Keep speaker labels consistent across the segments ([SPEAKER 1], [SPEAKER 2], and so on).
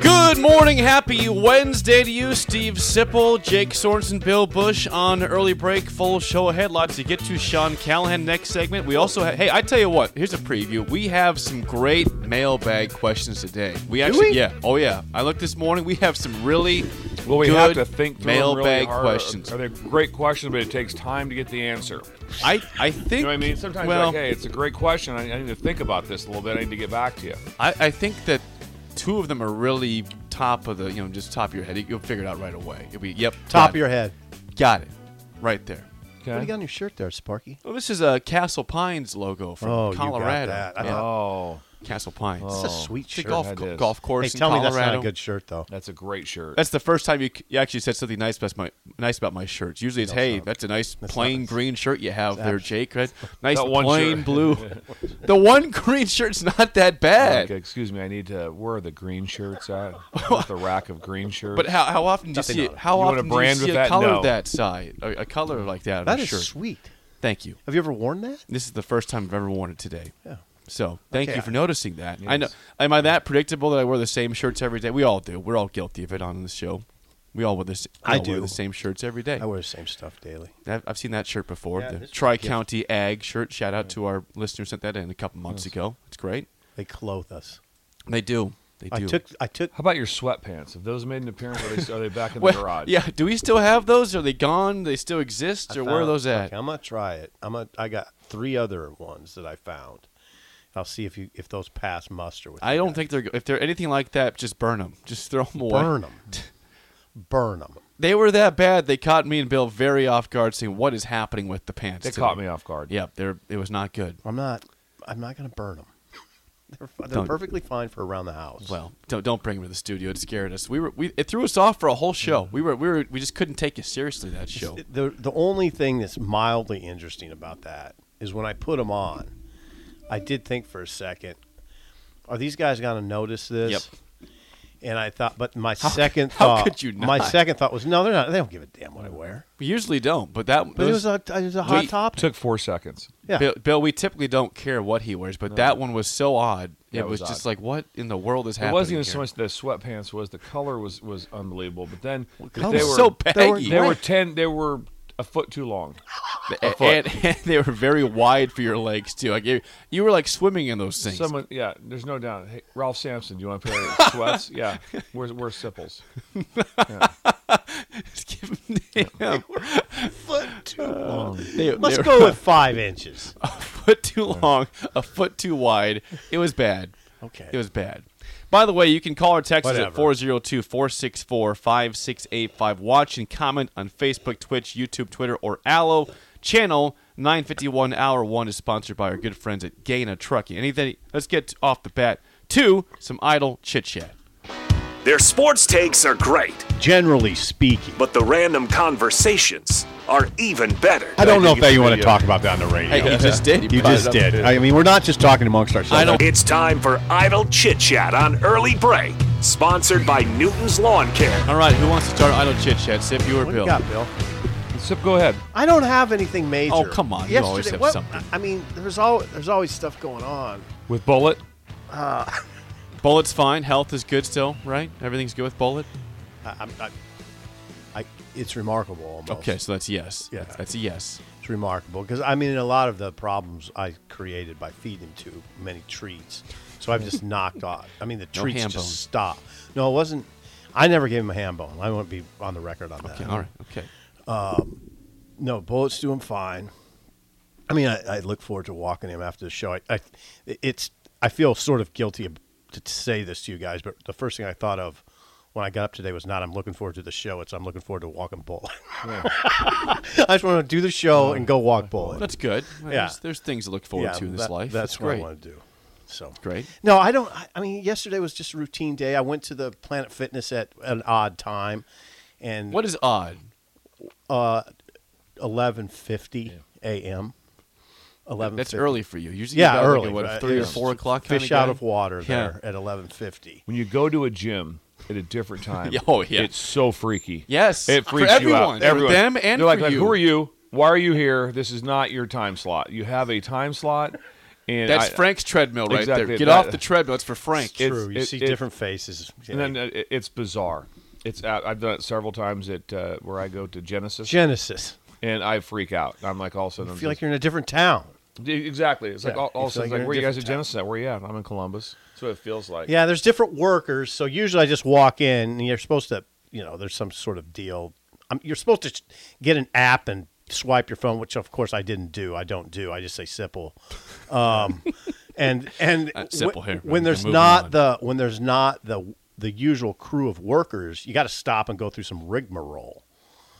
[SPEAKER 1] Good morning, happy Wednesday to you, Steve Sipple, Jake Sorensen, Bill Bush on early break. Full show ahead, lots to get to. Sean Callahan next segment. We also have, hey, I tell you what, here's a preview. We have some great mailbag questions today. We actually, yeah, oh yeah, I looked this morning. We have some really
[SPEAKER 2] Well, we
[SPEAKER 1] good
[SPEAKER 2] have to think through 'em really
[SPEAKER 1] mailbag
[SPEAKER 2] hard.
[SPEAKER 1] questions.
[SPEAKER 2] Are they great questions, but it takes time to get the answer.
[SPEAKER 1] I I think
[SPEAKER 2] You know what I mean? Sometimes
[SPEAKER 1] well,
[SPEAKER 2] like, hey, it's a great question. I, I need to think about this a little bit. I need to get back to you.
[SPEAKER 1] I, I think that two of them are really top of the, you know, just top of your head. You'll figure it out right away. You'll be, yep,
[SPEAKER 3] Top
[SPEAKER 1] got
[SPEAKER 3] of
[SPEAKER 1] it.
[SPEAKER 3] your head.
[SPEAKER 1] Got it. Right there.
[SPEAKER 3] What do you
[SPEAKER 2] Okay.
[SPEAKER 3] got on your shirt there, Sparky?
[SPEAKER 1] Well, this is a Castle Pines logo from
[SPEAKER 3] Oh, you got
[SPEAKER 1] Colorado.
[SPEAKER 3] that. I
[SPEAKER 1] Yeah.
[SPEAKER 2] Oh,
[SPEAKER 1] Castle Pines.
[SPEAKER 3] That's a sweet
[SPEAKER 1] It's a
[SPEAKER 3] shirt.
[SPEAKER 1] golf,
[SPEAKER 2] that
[SPEAKER 1] co-
[SPEAKER 2] is.
[SPEAKER 1] golf course
[SPEAKER 3] hey,
[SPEAKER 1] in
[SPEAKER 3] tell me
[SPEAKER 1] Colorado.
[SPEAKER 3] that's not a good shirt though.
[SPEAKER 2] that's a great shirt.
[SPEAKER 1] That's the first time you, c- you actually said something nice about my nice about my shirts. Usually it's hey, that's a nice plain green shirt you have there, Jake. Right? Nice
[SPEAKER 2] That one
[SPEAKER 1] plain
[SPEAKER 2] shirt.
[SPEAKER 1] blue. the one green shirt's not that bad.
[SPEAKER 2] Like, excuse me, I need to. Where are the green shirts at? Where's the rack of green shirts.
[SPEAKER 1] But how, how often do you see it? How
[SPEAKER 2] You want a
[SPEAKER 1] often
[SPEAKER 2] brand
[SPEAKER 1] do you
[SPEAKER 2] with
[SPEAKER 1] see a
[SPEAKER 2] that?
[SPEAKER 1] color
[SPEAKER 2] No.
[SPEAKER 1] that size, a, a color like that? on
[SPEAKER 3] That
[SPEAKER 1] a
[SPEAKER 3] is
[SPEAKER 1] shirt?
[SPEAKER 3] sweet.
[SPEAKER 1] Thank you.
[SPEAKER 3] Have you ever worn that?
[SPEAKER 1] This is the first time I've ever worn it today.
[SPEAKER 3] Yeah.
[SPEAKER 1] So thank
[SPEAKER 3] Okay,
[SPEAKER 1] you for
[SPEAKER 3] I-
[SPEAKER 1] noticing that. I know. Am I that predictable that I wear the same shirts every day? We all do. We're all guilty of it on this show. We all wear the, s- we
[SPEAKER 3] I
[SPEAKER 1] all wear
[SPEAKER 3] do.
[SPEAKER 1] the same shirts every day.
[SPEAKER 3] I wear the same stuff daily.
[SPEAKER 1] I've, I've seen that shirt before. the Tri County Ag shirt. Shout out to our listener who sent that in a couple months ago. It's great.
[SPEAKER 3] They clothe us.
[SPEAKER 1] They do. They
[SPEAKER 3] I
[SPEAKER 1] do.
[SPEAKER 3] took I took
[SPEAKER 2] How about your sweatpants? Have those made an appearance? Are they, are they back in
[SPEAKER 1] well,
[SPEAKER 2] the garage?
[SPEAKER 1] Yeah. Do we still have those? Are they gone? Do they still exist?
[SPEAKER 3] I
[SPEAKER 1] or where are
[SPEAKER 3] found-
[SPEAKER 1] those at?
[SPEAKER 3] Okay, I'm gonna try it. I'm gonna, I got three other ones that I found. I'll see if you if those pass muster with.
[SPEAKER 1] I
[SPEAKER 3] you
[SPEAKER 1] don't
[SPEAKER 3] guys.
[SPEAKER 1] think they're. If they're anything like that, just burn them. Just throw them away.
[SPEAKER 3] burn them, burn them.
[SPEAKER 1] They were that bad. They caught me and Bill very off guard, saying, "What is happening with the pants?"
[SPEAKER 2] They
[SPEAKER 1] today?"
[SPEAKER 2] caught me off guard.
[SPEAKER 1] Yep, they're, it was not good.
[SPEAKER 3] I'm not. I'm not gonna burn them. They're fi- they're
[SPEAKER 1] Don't-
[SPEAKER 3] perfectly fine for around the house.
[SPEAKER 1] Well, don't don't bring them to the studio. It scared us. We were we it threw us off for a whole
[SPEAKER 2] Mm.
[SPEAKER 1] show. We were we were we just couldn't take it seriously that show.
[SPEAKER 3] the the only thing that's mildly interesting about that is when I put them on, I did think for a second, are these guys going to notice this? And I thought, but my second
[SPEAKER 1] how
[SPEAKER 3] thought,
[SPEAKER 1] could you
[SPEAKER 3] my
[SPEAKER 1] not?
[SPEAKER 3] second thought was, no, they're not. They don't give a damn what I wear.
[SPEAKER 1] We usually don't, but that
[SPEAKER 3] But it was a it was a hot
[SPEAKER 1] we-
[SPEAKER 3] topic.
[SPEAKER 2] Took four seconds.
[SPEAKER 3] yeah.
[SPEAKER 1] Bill, Bill, we typically don't care what he wears, but that one was so odd.
[SPEAKER 2] Yeah,
[SPEAKER 1] it,
[SPEAKER 2] it
[SPEAKER 1] was,
[SPEAKER 2] was
[SPEAKER 1] just
[SPEAKER 2] odd.
[SPEAKER 1] like, what in the world is
[SPEAKER 2] It
[SPEAKER 1] happening?
[SPEAKER 2] wasn't even so
[SPEAKER 1] here?
[SPEAKER 2] much the sweatpants was the color was was unbelievable. But then
[SPEAKER 1] It
[SPEAKER 2] they
[SPEAKER 1] was
[SPEAKER 2] were
[SPEAKER 1] so
[SPEAKER 3] they were-
[SPEAKER 1] baggy.
[SPEAKER 2] They were ten. They were a foot too long.
[SPEAKER 1] and, and they were very wide for your legs too. Like you, you were like swimming in those things.
[SPEAKER 2] Someone, yeah. There's no doubt. Hey, Ralph Sampson, do you want a pair of sweats? Yeah, we're we're sipples.
[SPEAKER 1] Damn.
[SPEAKER 3] foot too long.
[SPEAKER 1] They-
[SPEAKER 3] Uh, Let's
[SPEAKER 1] they
[SPEAKER 3] go
[SPEAKER 1] were
[SPEAKER 3] with five inches.
[SPEAKER 1] a foot too long, a foot too wide. It was bad.
[SPEAKER 3] Okay.
[SPEAKER 1] It was bad. By the way, you can call or text us
[SPEAKER 3] Whatever.
[SPEAKER 1] at 402 464 5685. Watch and comment on Facebook, Twitch, YouTube, Twitter, or Allo. Channel 951 Hour 1 is sponsored by our good friends at Gaina Trucking. Anything, let's get off the bat to some idle chit chat.
[SPEAKER 4] Their sports takes are great,
[SPEAKER 3] Generally speaking,
[SPEAKER 4] but the random conversations are even better.
[SPEAKER 5] I don't know if that you want to talk about that on the radio.
[SPEAKER 1] Hey, you just did.
[SPEAKER 5] you just did. I mean, we're not just talking amongst ourselves.
[SPEAKER 1] I don't-
[SPEAKER 4] It's time for Idle Chit Chat on Early Break, sponsored by Newton's Lawn Care.
[SPEAKER 1] All right, who wants to start idle chit chat? Sip, you or
[SPEAKER 3] what do
[SPEAKER 1] Bill?
[SPEAKER 3] you got, Bill?
[SPEAKER 2] Sip, go ahead.
[SPEAKER 3] I don't have anything major.
[SPEAKER 1] Oh, come on, you always have
[SPEAKER 3] what-
[SPEAKER 1] something.
[SPEAKER 3] I mean, there's all there's always stuff going on.
[SPEAKER 2] With Bullet.
[SPEAKER 1] Bullet's fine. Health is good still, right? Everything's good with Bullet.
[SPEAKER 3] I, I'm, I, I, it's remarkable. Almost.
[SPEAKER 1] Okay, so that's yes.
[SPEAKER 3] Yeah.
[SPEAKER 1] That's, that's a yes.
[SPEAKER 3] It's remarkable because I mean, a lot of the problems I created by feeding him too many treats, so I've just knocked off. I mean, the
[SPEAKER 1] No
[SPEAKER 3] treats
[SPEAKER 1] ham bone.
[SPEAKER 3] just stop. No, it wasn't. I never gave him a ham bone. I won't be on the record on that.
[SPEAKER 1] Okay, all right. Okay.
[SPEAKER 3] No, bullets do him fine. I mean, I, I look forward to walking him after the show. I, I, it's I feel sort of guilty ab- to say this to you guys, but the first thing I thought of when I got up today was not I'm looking forward to the show. It's I'm looking forward to walking Bullet. I just want to do the show and go walk Bullet.
[SPEAKER 1] That's good. Well,
[SPEAKER 3] Yeah.
[SPEAKER 1] There's, there's things to look forward to in this
[SPEAKER 3] that-
[SPEAKER 1] life.
[SPEAKER 3] That's,
[SPEAKER 1] It's
[SPEAKER 3] what
[SPEAKER 1] great.
[SPEAKER 3] I want to do. So
[SPEAKER 1] Great.
[SPEAKER 3] No, I don't. I- I mean, yesterday was just a routine day. I went to the Planet Fitness at an odd time, and
[SPEAKER 1] What is odd?
[SPEAKER 3] eleven fifty a.m. Eleven.
[SPEAKER 1] That's early for you. Usually,
[SPEAKER 3] Yeah,
[SPEAKER 1] you're about, like,
[SPEAKER 3] early.
[SPEAKER 1] at, what,
[SPEAKER 3] right?
[SPEAKER 1] three or
[SPEAKER 3] It's
[SPEAKER 1] four o'clock? kinda
[SPEAKER 3] Fish out
[SPEAKER 1] guy?
[SPEAKER 3] of water
[SPEAKER 1] Yeah.
[SPEAKER 3] there at eleven fifty.
[SPEAKER 2] When you go to a gym at a different time,
[SPEAKER 1] Oh, yeah.
[SPEAKER 2] it's so freaky.
[SPEAKER 1] Yes,
[SPEAKER 2] it
[SPEAKER 1] for
[SPEAKER 2] freaks you
[SPEAKER 1] everyone,
[SPEAKER 2] out.
[SPEAKER 1] for them and
[SPEAKER 2] they're like,
[SPEAKER 1] for
[SPEAKER 2] like,
[SPEAKER 1] you.
[SPEAKER 2] who are you? Why are you here? This is not your time slot. You have a time slot, and
[SPEAKER 1] That's
[SPEAKER 2] I-
[SPEAKER 1] Frank's treadmill right there.
[SPEAKER 2] Exactly,
[SPEAKER 1] Get
[SPEAKER 2] that-
[SPEAKER 1] off the treadmill. It's for Frank.
[SPEAKER 2] It's-
[SPEAKER 3] True. You
[SPEAKER 2] it-
[SPEAKER 3] see
[SPEAKER 2] it-
[SPEAKER 3] different faces.
[SPEAKER 2] And then uh, it, it's bizarre. It's I- I've done it several times at uh, where I go to Genesis,
[SPEAKER 3] Genesis.
[SPEAKER 2] and I freak out. I'm like, all of a sudden,
[SPEAKER 3] I
[SPEAKER 2] I'm
[SPEAKER 3] feel like
[SPEAKER 2] just-
[SPEAKER 3] you're in a different town.
[SPEAKER 2] D- exactly. It's like
[SPEAKER 3] Yeah,
[SPEAKER 2] all, all
[SPEAKER 3] you
[SPEAKER 2] of a
[SPEAKER 3] feel like
[SPEAKER 2] sudden,
[SPEAKER 3] you're in
[SPEAKER 2] like,
[SPEAKER 3] a
[SPEAKER 2] where you guys at
[SPEAKER 3] different town.
[SPEAKER 2] Genesis? At? Where you at? I'm in Columbus. That's what it feels like.
[SPEAKER 3] Yeah, there's different workers. So usually I just walk in and you're supposed to, you know, there's some sort of deal. Um you're supposed to get an app and swipe your phone, which of course I didn't do. I don't do. I just say simple. Um, and and
[SPEAKER 1] Uh, simple
[SPEAKER 3] when,
[SPEAKER 1] here.
[SPEAKER 3] when
[SPEAKER 1] We're
[SPEAKER 3] there's
[SPEAKER 1] moving
[SPEAKER 3] not
[SPEAKER 1] on.
[SPEAKER 3] the when there's not the the usual crew of workers, you got to stop and go through some rigmarole.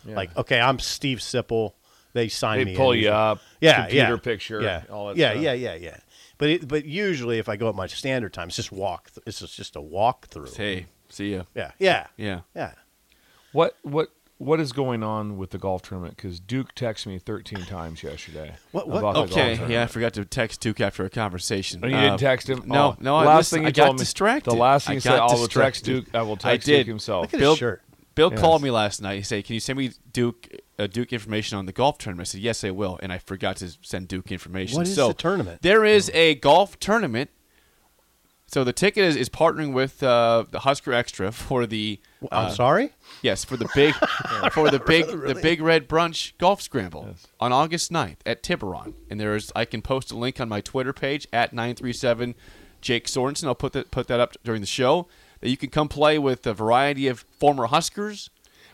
[SPEAKER 3] Like, okay, I'm Steve Sipple. They sign me.
[SPEAKER 2] They
[SPEAKER 3] in
[SPEAKER 2] pull you
[SPEAKER 3] usually.
[SPEAKER 2] up.
[SPEAKER 3] Yeah,
[SPEAKER 2] computer
[SPEAKER 3] yeah,
[SPEAKER 2] picture.
[SPEAKER 3] yeah,
[SPEAKER 2] all that
[SPEAKER 3] yeah,
[SPEAKER 2] stuff.
[SPEAKER 3] yeah, yeah, yeah. But it, but usually if I go at my standard time, it's just walk. Th- it's just, just a walk through.
[SPEAKER 1] hey, see ya.
[SPEAKER 3] Yeah, yeah,
[SPEAKER 1] Yeah.
[SPEAKER 3] yeah.
[SPEAKER 2] What what what is going on with the golf tournament? Because Duke texted me 13 times yesterday.
[SPEAKER 3] What- what-
[SPEAKER 2] about the golf
[SPEAKER 1] Okay,
[SPEAKER 2] tournament.
[SPEAKER 1] yeah, I forgot to text Duke after a conversation.
[SPEAKER 2] And you
[SPEAKER 1] Uh,
[SPEAKER 2] didn't text him.
[SPEAKER 1] No,
[SPEAKER 2] Oh,
[SPEAKER 1] no.
[SPEAKER 2] The
[SPEAKER 1] I,
[SPEAKER 2] last
[SPEAKER 1] listen,
[SPEAKER 2] thing he
[SPEAKER 1] I got
[SPEAKER 2] told me.
[SPEAKER 1] distracted.
[SPEAKER 2] The last thing
[SPEAKER 1] I
[SPEAKER 2] he
[SPEAKER 1] got
[SPEAKER 2] said, "I will text
[SPEAKER 1] distracted.
[SPEAKER 2] Duke. I will
[SPEAKER 1] I
[SPEAKER 2] text
[SPEAKER 1] did.
[SPEAKER 2] Duke himself."
[SPEAKER 3] Look at
[SPEAKER 1] Bill-
[SPEAKER 3] his shirt.
[SPEAKER 1] Bill
[SPEAKER 2] Yes.
[SPEAKER 1] called me last night. He said, "Can you send me Duke uh, Duke information on the golf tournament?" I said, "Yes, I will." And I forgot to send Duke information.
[SPEAKER 3] What is
[SPEAKER 1] so
[SPEAKER 3] the tournament?
[SPEAKER 1] There is a golf tournament. So the ticket is, is partnering with uh, the Husker Extra for the
[SPEAKER 3] I'm
[SPEAKER 1] uh,
[SPEAKER 3] sorry.
[SPEAKER 1] yes for the big for the big the big red brunch golf scramble on August 9th at Tiburon. And there is I can post a link on my Twitter page at nine three seven Jake Sorensen. I'll put that put that up during the show that you can come play with a variety of former Huskers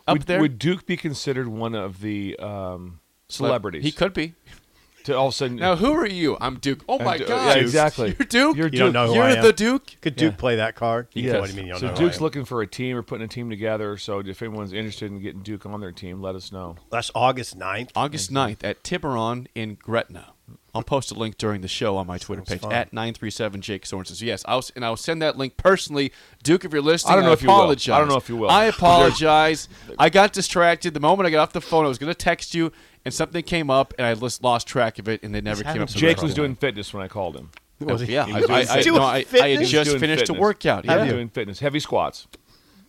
[SPEAKER 1] up
[SPEAKER 2] would,
[SPEAKER 1] there.
[SPEAKER 2] would Duke be considered one of the um, celebrities?
[SPEAKER 1] He could be.
[SPEAKER 2] To all of a sudden,
[SPEAKER 1] Now, who are you? I'm Duke. Oh my
[SPEAKER 2] Duke.
[SPEAKER 1] God!
[SPEAKER 2] uh, Yeah, exactly.
[SPEAKER 1] You're Duke.
[SPEAKER 2] You're
[SPEAKER 1] You're
[SPEAKER 2] You don't Duke.
[SPEAKER 3] know who
[SPEAKER 1] You're
[SPEAKER 3] I am.
[SPEAKER 1] the Duke.
[SPEAKER 3] Could Duke play that card? You
[SPEAKER 2] Yes.
[SPEAKER 3] know what I mean? You don't
[SPEAKER 2] so
[SPEAKER 3] know who I
[SPEAKER 2] Duke's
[SPEAKER 3] am.
[SPEAKER 2] looking for a team or putting a team together. So if anyone's interested in getting Duke on their team, let us know.
[SPEAKER 3] That's August 9th.
[SPEAKER 1] August 9th at Tiburon in Gretna. I'll post a link during the show on my Twitter page at nine three seven Jake Sorensen. So yes, I'll s- and I'll send that link personally, Duke. If you're listening,
[SPEAKER 2] I don't know if you will. I don't
[SPEAKER 1] apologize.
[SPEAKER 2] know if you will.
[SPEAKER 1] I apologize. I got distracted the moment I got off the phone. I was going to text you, and something came up, and I just lost track of it, and it never came up. to the
[SPEAKER 2] Jake was
[SPEAKER 1] program.
[SPEAKER 2] doing fitness when I called him. was doing
[SPEAKER 1] Yeah, I, I- I-
[SPEAKER 2] fitness.
[SPEAKER 1] no, I- I had
[SPEAKER 3] He was
[SPEAKER 2] He was
[SPEAKER 1] just
[SPEAKER 2] doing
[SPEAKER 1] finished a
[SPEAKER 2] fitness.
[SPEAKER 1] workout.
[SPEAKER 2] He was
[SPEAKER 1] Yeah,
[SPEAKER 2] doing fitness, heavy squats,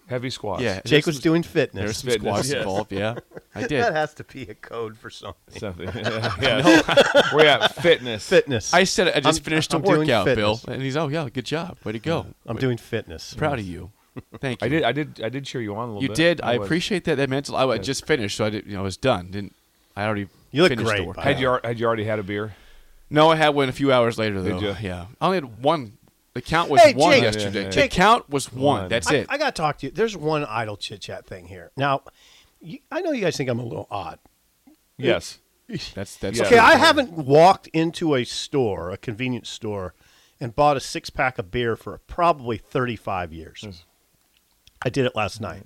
[SPEAKER 2] heavy squats.
[SPEAKER 1] yeah.
[SPEAKER 3] Jake was
[SPEAKER 1] there's-
[SPEAKER 3] doing
[SPEAKER 1] There's
[SPEAKER 3] fitness.
[SPEAKER 1] some squats
[SPEAKER 2] Yes.
[SPEAKER 1] involved. Yeah, I did.
[SPEAKER 3] That has to be a code for something.
[SPEAKER 2] something. yeah, we're at fitness.
[SPEAKER 3] Fitness.
[SPEAKER 1] I said I just
[SPEAKER 3] I'm-
[SPEAKER 1] finished a
[SPEAKER 3] I'm doing
[SPEAKER 1] workout, Bill,
[SPEAKER 3] fitness.
[SPEAKER 1] and he's oh yeah, good job, way to go.
[SPEAKER 3] I'm doing fitness.
[SPEAKER 1] Proud of you. Thank you.
[SPEAKER 2] I did. I did. I did cheer you on a little
[SPEAKER 1] You
[SPEAKER 2] bit.
[SPEAKER 1] did. I
[SPEAKER 2] was-
[SPEAKER 1] appreciate that. That meant I I just finished, so I did, you know, I was done. Didn't I already?
[SPEAKER 3] You look
[SPEAKER 1] finished the
[SPEAKER 3] great,
[SPEAKER 1] workout.
[SPEAKER 3] by
[SPEAKER 2] Had you, al- had you already had a beer?
[SPEAKER 1] No, I had one a few hours later though.
[SPEAKER 2] Did you?
[SPEAKER 1] Yeah, I only had one. The count was
[SPEAKER 3] Hey,
[SPEAKER 1] one
[SPEAKER 3] Jake,
[SPEAKER 1] yesterday.
[SPEAKER 2] yeah, yeah.
[SPEAKER 1] The
[SPEAKER 3] Jake.
[SPEAKER 1] count was one.
[SPEAKER 2] One.
[SPEAKER 1] That's
[SPEAKER 3] I,
[SPEAKER 1] it.
[SPEAKER 3] I got to talk to you. There's one idle chit chat thing here. Now, you, I know you guys think I'm a little odd.
[SPEAKER 2] Yes.
[SPEAKER 1] that's that's
[SPEAKER 2] Yeah.
[SPEAKER 3] Okay, I haven't walked into a store, a convenience store, and bought a six pack of beer for probably 35 years.
[SPEAKER 1] Hmm.
[SPEAKER 3] I did it last night.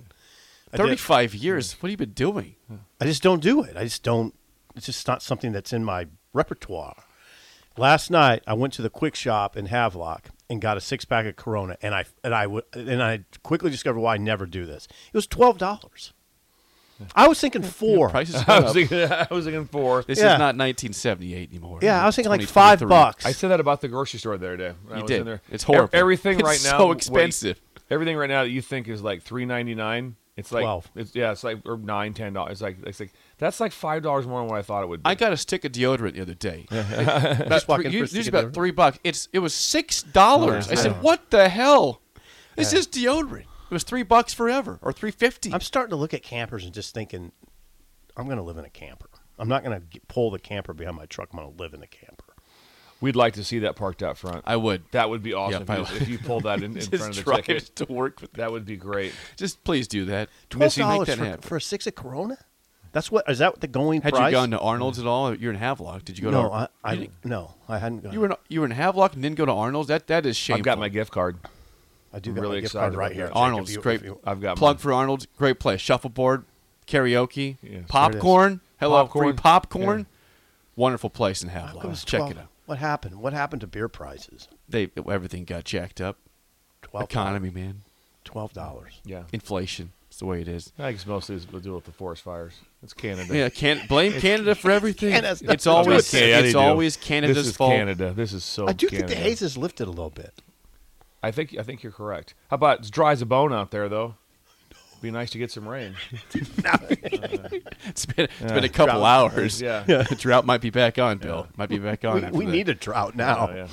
[SPEAKER 3] I did-
[SPEAKER 1] Thirty-five years. What have you been doing?
[SPEAKER 3] I just don't do it. I just don't. It's just not something that's in my repertoire. Last night, I went to the quick shop in Havelock and got a six pack of Corona, and I and I would and I quickly discovered why I never do this. It was twelve dollars.
[SPEAKER 1] Hmm.
[SPEAKER 3] I was thinking four.
[SPEAKER 1] Prices
[SPEAKER 2] I
[SPEAKER 1] go
[SPEAKER 2] was
[SPEAKER 1] up.
[SPEAKER 2] thinking, I was thinking four.
[SPEAKER 1] This
[SPEAKER 3] Yeah.
[SPEAKER 1] is not 1978 anymore.
[SPEAKER 3] Yeah, I was
[SPEAKER 1] It's
[SPEAKER 3] thinking like five
[SPEAKER 1] 2023.
[SPEAKER 3] bucks.
[SPEAKER 2] I said that about the grocery store the other day. when I
[SPEAKER 1] You
[SPEAKER 2] was
[SPEAKER 1] did.
[SPEAKER 2] in there.
[SPEAKER 1] It's horrible.
[SPEAKER 2] E- everything
[SPEAKER 1] It's
[SPEAKER 2] right now,
[SPEAKER 1] so
[SPEAKER 2] wait,
[SPEAKER 1] expensive.
[SPEAKER 2] everything right now that you think is like three ninety nine, it's like
[SPEAKER 3] Twelve.
[SPEAKER 2] It's, yeah, it's like or nine ten dollars. It's like it's like that's like five dollars more than what I thought it would be.
[SPEAKER 1] I got a stick of deodorant the other day.
[SPEAKER 3] Just
[SPEAKER 1] Three-
[SPEAKER 3] walking for a
[SPEAKER 1] you-
[SPEAKER 3] stick
[SPEAKER 1] It was
[SPEAKER 3] of
[SPEAKER 1] about
[SPEAKER 3] deodorant?
[SPEAKER 1] three bucks. It's it was six dollars. I said, "What the hell? This is deodorant." It was three bucks forever, or three fifty.
[SPEAKER 3] I'm starting to look at campers and just thinking, I'm going to live in a camper. I'm not going to pull the camper behind my truck. I'm going to live in a camper.
[SPEAKER 2] We'd like to see that parked out front.
[SPEAKER 1] I would.
[SPEAKER 2] that would be awesome
[SPEAKER 1] Yeah,
[SPEAKER 2] if,
[SPEAKER 1] I
[SPEAKER 2] you, if you pulled that in, in
[SPEAKER 1] just
[SPEAKER 2] front of the
[SPEAKER 1] drive
[SPEAKER 2] ticket.
[SPEAKER 1] to work with.
[SPEAKER 2] That would be great.
[SPEAKER 1] Just please do that.
[SPEAKER 3] Twelve
[SPEAKER 1] Missy, make
[SPEAKER 3] dollars
[SPEAKER 1] that
[SPEAKER 3] for,
[SPEAKER 1] happen.
[SPEAKER 3] for a six of Corona? That's what is that what the going
[SPEAKER 1] Had
[SPEAKER 3] price?
[SPEAKER 1] you gone to Arnold's at all? You're in Havelock. Did you go
[SPEAKER 3] no,
[SPEAKER 1] to?
[SPEAKER 3] I,
[SPEAKER 1] Ar-
[SPEAKER 3] I
[SPEAKER 1] you, didn't-
[SPEAKER 3] no, I hadn't gone.
[SPEAKER 1] you were in, you were in Havelock and didn't go to Arnold's. That that is shameful.
[SPEAKER 2] I've got my gift card.
[SPEAKER 3] I do
[SPEAKER 2] I'm
[SPEAKER 3] got
[SPEAKER 2] really
[SPEAKER 3] my gift
[SPEAKER 2] excited
[SPEAKER 3] card right
[SPEAKER 2] about
[SPEAKER 3] here.
[SPEAKER 2] that.
[SPEAKER 3] Jake, if
[SPEAKER 1] Arnold's
[SPEAKER 3] you- if
[SPEAKER 1] great.
[SPEAKER 3] you-
[SPEAKER 2] I've got
[SPEAKER 1] plug
[SPEAKER 2] mine.
[SPEAKER 1] for Arnold's. Great place. Shuffleboard, karaoke,
[SPEAKER 2] Yes.
[SPEAKER 1] popcorn. Hello, free
[SPEAKER 2] Popcorn.
[SPEAKER 1] popcorn. Wonderful place in
[SPEAKER 3] how come
[SPEAKER 1] Havelock.
[SPEAKER 3] it's
[SPEAKER 1] Check
[SPEAKER 3] 12
[SPEAKER 1] it out.
[SPEAKER 3] What happened? What happened to beer prices?
[SPEAKER 1] They everything got jacked up.
[SPEAKER 3] Twelve
[SPEAKER 1] Economy, man.
[SPEAKER 3] Twelve dollars.
[SPEAKER 2] Yeah,
[SPEAKER 1] Inflation. It's the way it is.
[SPEAKER 2] I think it's mostly is- we'll deal with the forest fires. It's Canada.
[SPEAKER 1] Yeah, can't blame Canada for everything.
[SPEAKER 3] Canada's
[SPEAKER 1] it's
[SPEAKER 3] not-
[SPEAKER 1] always
[SPEAKER 2] Okay, I
[SPEAKER 1] it's
[SPEAKER 2] do.
[SPEAKER 1] always Canada's
[SPEAKER 2] this is
[SPEAKER 1] fault.
[SPEAKER 2] Canada. This is so.
[SPEAKER 3] I do
[SPEAKER 2] Canada.
[SPEAKER 3] think the haze has lifted a little bit.
[SPEAKER 2] I think I think you're correct. How about it's dry as a bone out there though? Be nice to get some rain.
[SPEAKER 1] It's been it's been a couple hours.
[SPEAKER 2] Yeah.
[SPEAKER 1] drought might be back on, Bill. Might be back on.
[SPEAKER 3] We, we need a drought now.
[SPEAKER 2] Oh, yeah.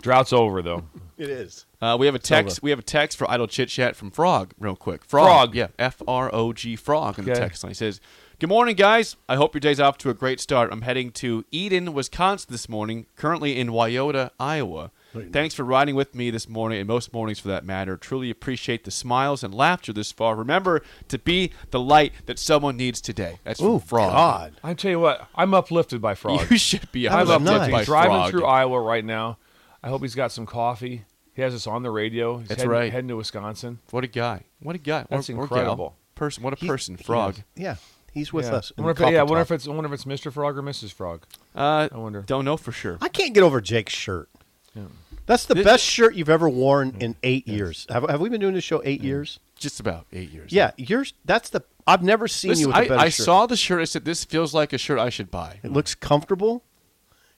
[SPEAKER 2] Drought's over though.
[SPEAKER 3] It is.
[SPEAKER 1] Uh, we have a text. We have a text for idle chit chat from Frog, real quick.
[SPEAKER 2] Frog.
[SPEAKER 1] yeah, F R O G Frog on the
[SPEAKER 2] Okay.
[SPEAKER 1] text line. He says, "Good morning, guys. I hope your day's off to a great start. I'm heading to Eden, Wisconsin this morning. Currently in Wyoda, Iowa. Thanks for riding with me this morning and most mornings for that matter. Truly appreciate the smiles and laughter this far. Remember to be the light that someone needs today. That's from
[SPEAKER 3] Ooh,
[SPEAKER 1] Frog.
[SPEAKER 3] God.
[SPEAKER 2] I tell you what, I'm uplifted by Frog.
[SPEAKER 1] You should be.
[SPEAKER 2] I'm
[SPEAKER 3] was
[SPEAKER 1] uplifted
[SPEAKER 3] nice.
[SPEAKER 2] uplifted.
[SPEAKER 1] by
[SPEAKER 2] He's driving
[SPEAKER 1] Frog.
[SPEAKER 2] through Iowa right now. I hope he's got some coffee. He has us on the radio. He's
[SPEAKER 1] That's
[SPEAKER 2] heading,
[SPEAKER 1] right.
[SPEAKER 2] Heading to Wisconsin.
[SPEAKER 1] What a guy! What a guy!
[SPEAKER 2] That's
[SPEAKER 1] Or- or gal.
[SPEAKER 2] incredible.
[SPEAKER 1] Person, what a
[SPEAKER 3] He-
[SPEAKER 1] person,
[SPEAKER 3] he
[SPEAKER 1] Frog.
[SPEAKER 3] is. Yeah, he's with
[SPEAKER 2] yeah.
[SPEAKER 3] us.
[SPEAKER 2] I
[SPEAKER 3] in
[SPEAKER 2] wonder if, yeah, I wonder
[SPEAKER 3] Coppertop.
[SPEAKER 2] if it's I wonder if it's Mr. Frog or Mrs. Frog.
[SPEAKER 1] Uh,
[SPEAKER 2] I wonder.
[SPEAKER 1] Don't know for sure.
[SPEAKER 3] I can't get over Jake's shirt. That's the best shirt you've ever worn in eight years. Have, have we been doing this show eight years?
[SPEAKER 1] Just about eight years.
[SPEAKER 3] Yeah, yours. That's the. I've never seen
[SPEAKER 1] Listen,
[SPEAKER 3] you with a
[SPEAKER 1] I,
[SPEAKER 3] better
[SPEAKER 1] I
[SPEAKER 3] shirt.
[SPEAKER 1] saw the shirt. I said, "This feels like a shirt I should buy,"
[SPEAKER 3] It looks comfortable.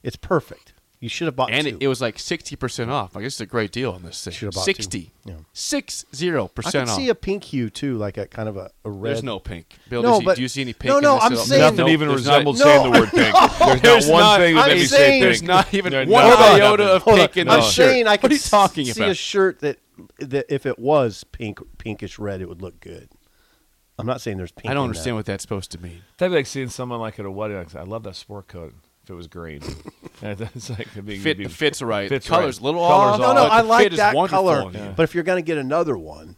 [SPEAKER 3] It's perfect. You should have bought
[SPEAKER 1] and
[SPEAKER 3] two.
[SPEAKER 1] it, it was like sixty percent off. I guess it's a great deal on this thing.
[SPEAKER 3] Should've bought two.
[SPEAKER 1] Sixty,
[SPEAKER 3] Yeah.
[SPEAKER 1] six zero
[SPEAKER 3] I
[SPEAKER 1] percent
[SPEAKER 3] could
[SPEAKER 1] off.
[SPEAKER 3] see a pink hue too, like a kind of a, a red.
[SPEAKER 1] There's no pink. Bill,
[SPEAKER 3] No,
[SPEAKER 1] does he-
[SPEAKER 3] but-
[SPEAKER 1] do you see any
[SPEAKER 3] no,
[SPEAKER 1] pink? in
[SPEAKER 3] no,
[SPEAKER 1] this
[SPEAKER 3] I'm
[SPEAKER 1] at all?
[SPEAKER 3] saying-
[SPEAKER 2] Nothing
[SPEAKER 3] No,
[SPEAKER 2] even
[SPEAKER 1] there's
[SPEAKER 2] resembled
[SPEAKER 1] not-
[SPEAKER 2] saying the word pink. There's,
[SPEAKER 1] There's
[SPEAKER 2] not one
[SPEAKER 1] not-
[SPEAKER 2] thing that
[SPEAKER 3] I'm
[SPEAKER 2] made me
[SPEAKER 3] saying-
[SPEAKER 2] say
[SPEAKER 1] There's
[SPEAKER 2] pink.
[SPEAKER 1] not even
[SPEAKER 2] There's
[SPEAKER 1] one
[SPEAKER 2] not
[SPEAKER 1] iota
[SPEAKER 2] nothing.
[SPEAKER 1] of
[SPEAKER 3] Hold on.
[SPEAKER 1] pink in
[SPEAKER 3] I'm
[SPEAKER 1] this shirt.
[SPEAKER 3] saying I
[SPEAKER 1] What
[SPEAKER 3] could
[SPEAKER 1] are you talking
[SPEAKER 3] see
[SPEAKER 1] about?
[SPEAKER 3] a shirt that that if it was pink, pinkish red, it would look good. I'm not saying there's pink.
[SPEAKER 1] I don't
[SPEAKER 3] in that.
[SPEAKER 1] understand what that's supposed to mean.
[SPEAKER 2] That'd be like seeing someone like at a wedding. Like, I love that sport coat. If it was green, And it's like it'd be,
[SPEAKER 1] Fit
[SPEAKER 2] be-
[SPEAKER 1] fits right.
[SPEAKER 2] Fits
[SPEAKER 1] the color's
[SPEAKER 2] right.
[SPEAKER 1] a little
[SPEAKER 2] Color's
[SPEAKER 1] off.
[SPEAKER 2] off.
[SPEAKER 3] Oh, No, no,
[SPEAKER 1] but
[SPEAKER 3] I
[SPEAKER 1] the
[SPEAKER 3] like
[SPEAKER 1] fit is
[SPEAKER 3] that
[SPEAKER 1] wonderful
[SPEAKER 3] color.
[SPEAKER 1] on you.
[SPEAKER 3] But if you're gonna get another one,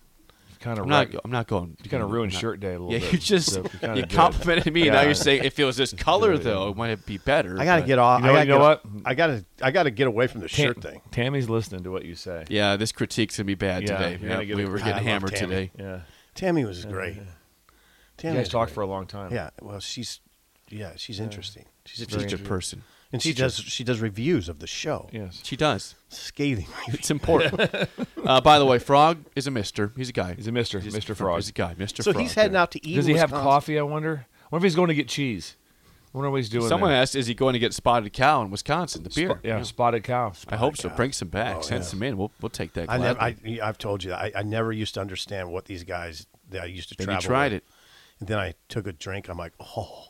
[SPEAKER 2] kind of
[SPEAKER 1] I'm
[SPEAKER 2] right.
[SPEAKER 1] not. I'm not going.
[SPEAKER 2] You kind of ruined shirt day a little
[SPEAKER 1] Yeah,
[SPEAKER 2] bit.
[SPEAKER 1] you just
[SPEAKER 2] So kinda
[SPEAKER 1] you
[SPEAKER 2] did.
[SPEAKER 1] complimented me. and Now
[SPEAKER 2] Yeah.
[SPEAKER 1] you're saying if it was this color though, it might be better.
[SPEAKER 3] I gotta
[SPEAKER 1] but-
[SPEAKER 3] get off.
[SPEAKER 2] You know-
[SPEAKER 3] I gotta
[SPEAKER 2] you know
[SPEAKER 3] get-
[SPEAKER 2] what?
[SPEAKER 3] I gotta. I gotta get away from the
[SPEAKER 2] Tam-
[SPEAKER 3] shirt thing.
[SPEAKER 2] Tammy's listening to what you say.
[SPEAKER 1] Yeah, this critique's gonna be bad
[SPEAKER 2] Yeah,
[SPEAKER 1] today.
[SPEAKER 2] you're
[SPEAKER 1] Yeah,
[SPEAKER 2] gonna get
[SPEAKER 1] we
[SPEAKER 2] a-
[SPEAKER 1] were
[SPEAKER 2] I
[SPEAKER 1] getting
[SPEAKER 3] love
[SPEAKER 1] hammered
[SPEAKER 3] Tammy.
[SPEAKER 1] today.
[SPEAKER 2] Yeah.
[SPEAKER 3] Tammy was great. Tammy
[SPEAKER 2] You guys
[SPEAKER 3] was
[SPEAKER 2] talked
[SPEAKER 3] great.
[SPEAKER 2] for a long time.
[SPEAKER 3] Yeah, well, she's yeah, she's interesting. She's a
[SPEAKER 1] She's
[SPEAKER 3] teacher,
[SPEAKER 1] a person.
[SPEAKER 3] and she does she does reviews of the show.
[SPEAKER 2] Yes.
[SPEAKER 1] She does.
[SPEAKER 3] Scathing.
[SPEAKER 1] It's important. uh, by the way, Frog is a Mister. He's a guy.
[SPEAKER 2] He's a Mister.
[SPEAKER 1] He's
[SPEAKER 2] Mister
[SPEAKER 1] a-
[SPEAKER 2] Frog.
[SPEAKER 1] He's a guy. Mister.
[SPEAKER 3] So
[SPEAKER 1] Frog,
[SPEAKER 3] he's heading
[SPEAKER 1] yeah.
[SPEAKER 3] out to eat.
[SPEAKER 2] Does he have coffee? I wonder. I wonder if he's going to get cheese. I wonder what he's doing.
[SPEAKER 1] Someone
[SPEAKER 2] there.
[SPEAKER 1] asked, "Is he going to get Spotted Cow in Wisconsin? The beer."
[SPEAKER 2] Yeah, Oh, spotted cow.
[SPEAKER 1] I hope so. Bring some back. Send some in. We'll we'll take that.
[SPEAKER 3] I never, I,
[SPEAKER 1] gladly.
[SPEAKER 3] I've told you, I, I never used to understand what these guys that I used to
[SPEAKER 1] Then you
[SPEAKER 3] travel.
[SPEAKER 1] tried
[SPEAKER 3] with.
[SPEAKER 1] it.
[SPEAKER 3] and then I took a drink. I'm like, oh,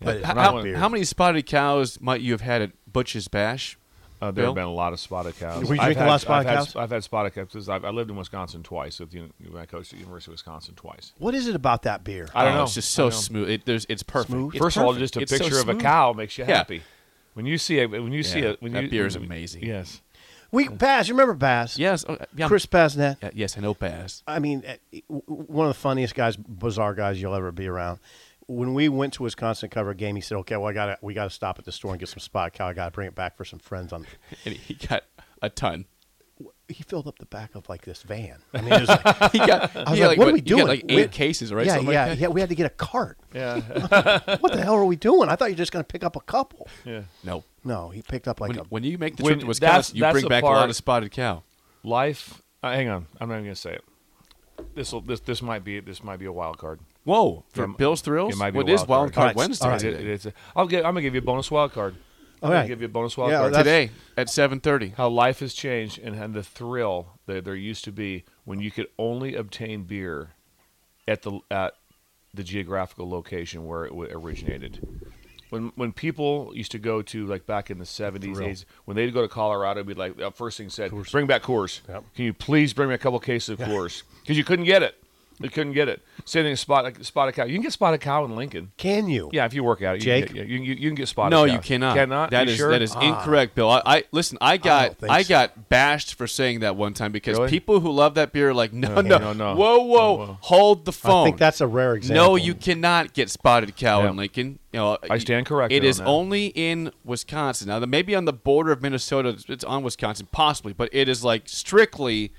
[SPEAKER 3] but it's
[SPEAKER 1] How,
[SPEAKER 3] not
[SPEAKER 1] how-
[SPEAKER 3] beer.
[SPEAKER 1] how many Spotted Cows might you have had at Butch's Bash?
[SPEAKER 2] Uh, there
[SPEAKER 1] Bill?
[SPEAKER 2] have been a lot of spotted cows.
[SPEAKER 3] Were you
[SPEAKER 2] I've
[SPEAKER 3] drinking a
[SPEAKER 2] had-
[SPEAKER 3] lot of spotted
[SPEAKER 2] I've
[SPEAKER 3] cows?
[SPEAKER 2] Had, I've had spotted cows. I've, I lived in Wisconsin twice. With the, when I coached at the University of Wisconsin twice.
[SPEAKER 3] What is it about that beer?
[SPEAKER 2] I don't
[SPEAKER 1] Oh,
[SPEAKER 2] know.
[SPEAKER 1] It's just
[SPEAKER 2] I
[SPEAKER 1] so
[SPEAKER 2] know.
[SPEAKER 1] smooth. It, there's, it's perfect. It's
[SPEAKER 2] First of all,
[SPEAKER 1] perfect.
[SPEAKER 2] just a
[SPEAKER 1] It's so
[SPEAKER 2] picture of a
[SPEAKER 1] smooth.
[SPEAKER 2] cow makes you
[SPEAKER 1] Yeah.
[SPEAKER 2] happy. When you see a when you see
[SPEAKER 1] Yeah,
[SPEAKER 2] a when
[SPEAKER 1] that
[SPEAKER 2] you,
[SPEAKER 1] beer is
[SPEAKER 2] when-
[SPEAKER 1] amazing.
[SPEAKER 2] Yes.
[SPEAKER 3] we Baz, you remember Baz?
[SPEAKER 1] Yes. oh, yeah, I'm-
[SPEAKER 3] Chris Baznet.
[SPEAKER 1] yeah, Yes, I know Baz.
[SPEAKER 3] I mean, eh, w- w- one of the funniest guys, bizarre guys you'll ever be around. When we went to Wisconsin to cover a game, he said, "Okay, well, I got to we got to stop at the store and get some spot cow. I got to bring it back for some friends on."
[SPEAKER 1] And he got a ton.
[SPEAKER 3] he filled up the back of like this van. I mean, it was like,
[SPEAKER 1] He got.
[SPEAKER 3] I was
[SPEAKER 1] he had,
[SPEAKER 3] like, what are we
[SPEAKER 1] you got,
[SPEAKER 3] doing?
[SPEAKER 1] Like eight
[SPEAKER 3] We're-
[SPEAKER 1] cases, right?
[SPEAKER 3] Yeah,
[SPEAKER 1] Something like
[SPEAKER 3] yeah,
[SPEAKER 1] that.
[SPEAKER 3] yeah. We had to get a cart.
[SPEAKER 2] Yeah.
[SPEAKER 3] What the hell are we doing? I thought you were just going to pick up a couple.
[SPEAKER 2] yeah.
[SPEAKER 1] No.
[SPEAKER 3] No, he picked up like
[SPEAKER 1] When,
[SPEAKER 3] a.
[SPEAKER 1] when you make the
[SPEAKER 2] When-
[SPEAKER 1] trip to Wisconsin,
[SPEAKER 2] that's-
[SPEAKER 1] you
[SPEAKER 2] that's
[SPEAKER 1] bring
[SPEAKER 2] the
[SPEAKER 1] back a lot
[SPEAKER 2] part-
[SPEAKER 1] of spotted cow.
[SPEAKER 2] Life. Uh, hang on. I'm not even gonna say it. This will. This this might be this might be a wild card.
[SPEAKER 1] Whoa! For
[SPEAKER 2] Yeah, m-
[SPEAKER 1] Bill's Thrills,
[SPEAKER 2] it might be
[SPEAKER 1] What
[SPEAKER 2] a
[SPEAKER 1] is
[SPEAKER 2] wild
[SPEAKER 1] Wild
[SPEAKER 2] card.
[SPEAKER 1] Card
[SPEAKER 3] All right,
[SPEAKER 1] Wednesday
[SPEAKER 3] all right.
[SPEAKER 1] today?
[SPEAKER 2] It- it's a- I'll give. I'm gonna give you a bonus wild card.
[SPEAKER 3] All
[SPEAKER 2] I'm gonna
[SPEAKER 3] right.
[SPEAKER 2] give you a bonus wild
[SPEAKER 3] Yeah,
[SPEAKER 2] card.
[SPEAKER 3] Oh, that's-
[SPEAKER 1] Today at seven thirty.
[SPEAKER 2] how life has changed and, and the thrill that there used to be when you could only obtain beer at the at the geographical location where it wa- originated. When when people used to go to like back in the seventies, eighties, when they'd go to Colorado, it'd be like the first thing said, "Bring back Coors. Can you please bring me a couple cases of Coors? Because you couldn't get it. You couldn't get it. Same thing, spot like spotted cow. You can get spotted cow in Lincoln.
[SPEAKER 3] Can you?
[SPEAKER 2] Yeah, if you work out, you can
[SPEAKER 3] Jake?
[SPEAKER 2] get- you, you, you can get spotted.
[SPEAKER 1] No,
[SPEAKER 2] cow.
[SPEAKER 1] you cannot.
[SPEAKER 2] Cannot.
[SPEAKER 1] That
[SPEAKER 2] You
[SPEAKER 1] is-
[SPEAKER 2] sure? Ah.
[SPEAKER 1] that is incorrect, Bill. I, I listen. I got
[SPEAKER 3] think
[SPEAKER 1] I,
[SPEAKER 3] so.
[SPEAKER 1] got bashed for saying that one time because
[SPEAKER 2] Really?
[SPEAKER 1] people who love that beer are like, no, no,
[SPEAKER 2] no, no.
[SPEAKER 1] whoa,
[SPEAKER 2] No,
[SPEAKER 1] whoa,
[SPEAKER 2] whoa.
[SPEAKER 1] hold the phone.
[SPEAKER 3] I think that's a rare example.
[SPEAKER 1] No, you cannot get spotted cow
[SPEAKER 2] Yeah.
[SPEAKER 1] in Lincoln. You know,
[SPEAKER 2] I stand corrected
[SPEAKER 1] It
[SPEAKER 2] on
[SPEAKER 1] is
[SPEAKER 2] that.
[SPEAKER 1] only in Wisconsin. Now, that maybe on the border of Minnesota, it's on Wisconsin, possibly, but it is like strictly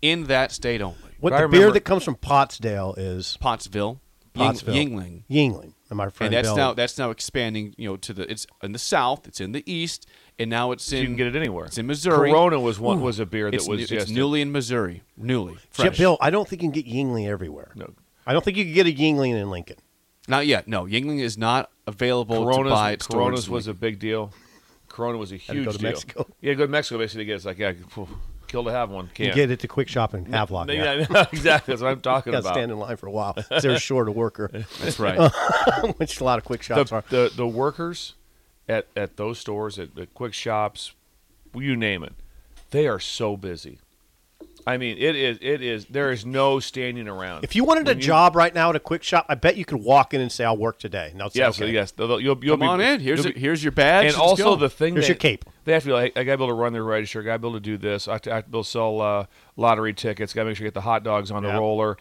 [SPEAKER 1] in that state only.
[SPEAKER 3] What
[SPEAKER 2] I
[SPEAKER 3] the
[SPEAKER 2] remember-
[SPEAKER 3] beer that comes from Pottsdale is
[SPEAKER 1] Pottsville, Ying-
[SPEAKER 3] Pottsville.
[SPEAKER 1] Yingling,
[SPEAKER 3] Yingling. And my friend
[SPEAKER 1] and that's
[SPEAKER 3] Bill.
[SPEAKER 1] now that's now expanding. You know, to the it's in the south, it's in the east, and now it's in
[SPEAKER 2] you can get it anywhere.
[SPEAKER 1] It's in Missouri.
[SPEAKER 2] Corona was one was a beer that
[SPEAKER 1] it's,
[SPEAKER 2] was
[SPEAKER 1] new- it's
[SPEAKER 2] just
[SPEAKER 1] newly in Missouri, newly
[SPEAKER 3] Yeah,
[SPEAKER 1] fresh.
[SPEAKER 3] Bill, I don't think you can get Yingling everywhere.
[SPEAKER 2] No.
[SPEAKER 3] I don't think you can get a Yingling in Lincoln.
[SPEAKER 1] Not yet. No, Yingling is not available to buy.
[SPEAKER 2] Corona's,
[SPEAKER 1] at stores
[SPEAKER 2] Corona's
[SPEAKER 1] in
[SPEAKER 2] was a
[SPEAKER 1] Lincoln.
[SPEAKER 2] big deal. Corona was a
[SPEAKER 3] to
[SPEAKER 2] huge
[SPEAKER 3] go to
[SPEAKER 2] deal.
[SPEAKER 3] Mexico.
[SPEAKER 2] Yeah, go to Mexico basically to get it. it's like yeah, phew, kill to have one.
[SPEAKER 3] You
[SPEAKER 2] Can't
[SPEAKER 3] get it to Quick Shop and Havelock.
[SPEAKER 2] No,
[SPEAKER 3] Yeah.
[SPEAKER 2] yeah, no, exactly. That's what I'm talking
[SPEAKER 3] Got to
[SPEAKER 2] about.
[SPEAKER 3] stand in line for a while. 'cause They're short a worker,
[SPEAKER 1] That's right.
[SPEAKER 3] which a lot of Quick
[SPEAKER 2] the,
[SPEAKER 3] Shops are.
[SPEAKER 2] the the workers at at those stores at, at quick shops, you name it, they are so busy. I mean, it is it is there is no standing around.
[SPEAKER 3] If you wanted a
[SPEAKER 2] When
[SPEAKER 3] job right now at a Quick Shop, I bet you could walk in and say, "I'll work today." No, it's
[SPEAKER 2] yes,
[SPEAKER 3] okay.
[SPEAKER 2] yes, they'll- they'll- you'll, you'll
[SPEAKER 1] Come
[SPEAKER 2] be-
[SPEAKER 1] on in. Here's
[SPEAKER 2] you'll
[SPEAKER 1] your,
[SPEAKER 2] be-
[SPEAKER 1] here's your badge.
[SPEAKER 2] and
[SPEAKER 1] Let's
[SPEAKER 2] also
[SPEAKER 1] go.
[SPEAKER 2] the thing
[SPEAKER 3] Here's
[SPEAKER 2] that,
[SPEAKER 3] your cape.
[SPEAKER 2] They have to be like, I got to be able to run their register. I got to be able to do this. I have to, I have to be able to sell uh, lottery tickets. Got to make sure you get the hot dogs on
[SPEAKER 3] Yeah.
[SPEAKER 2] the roller.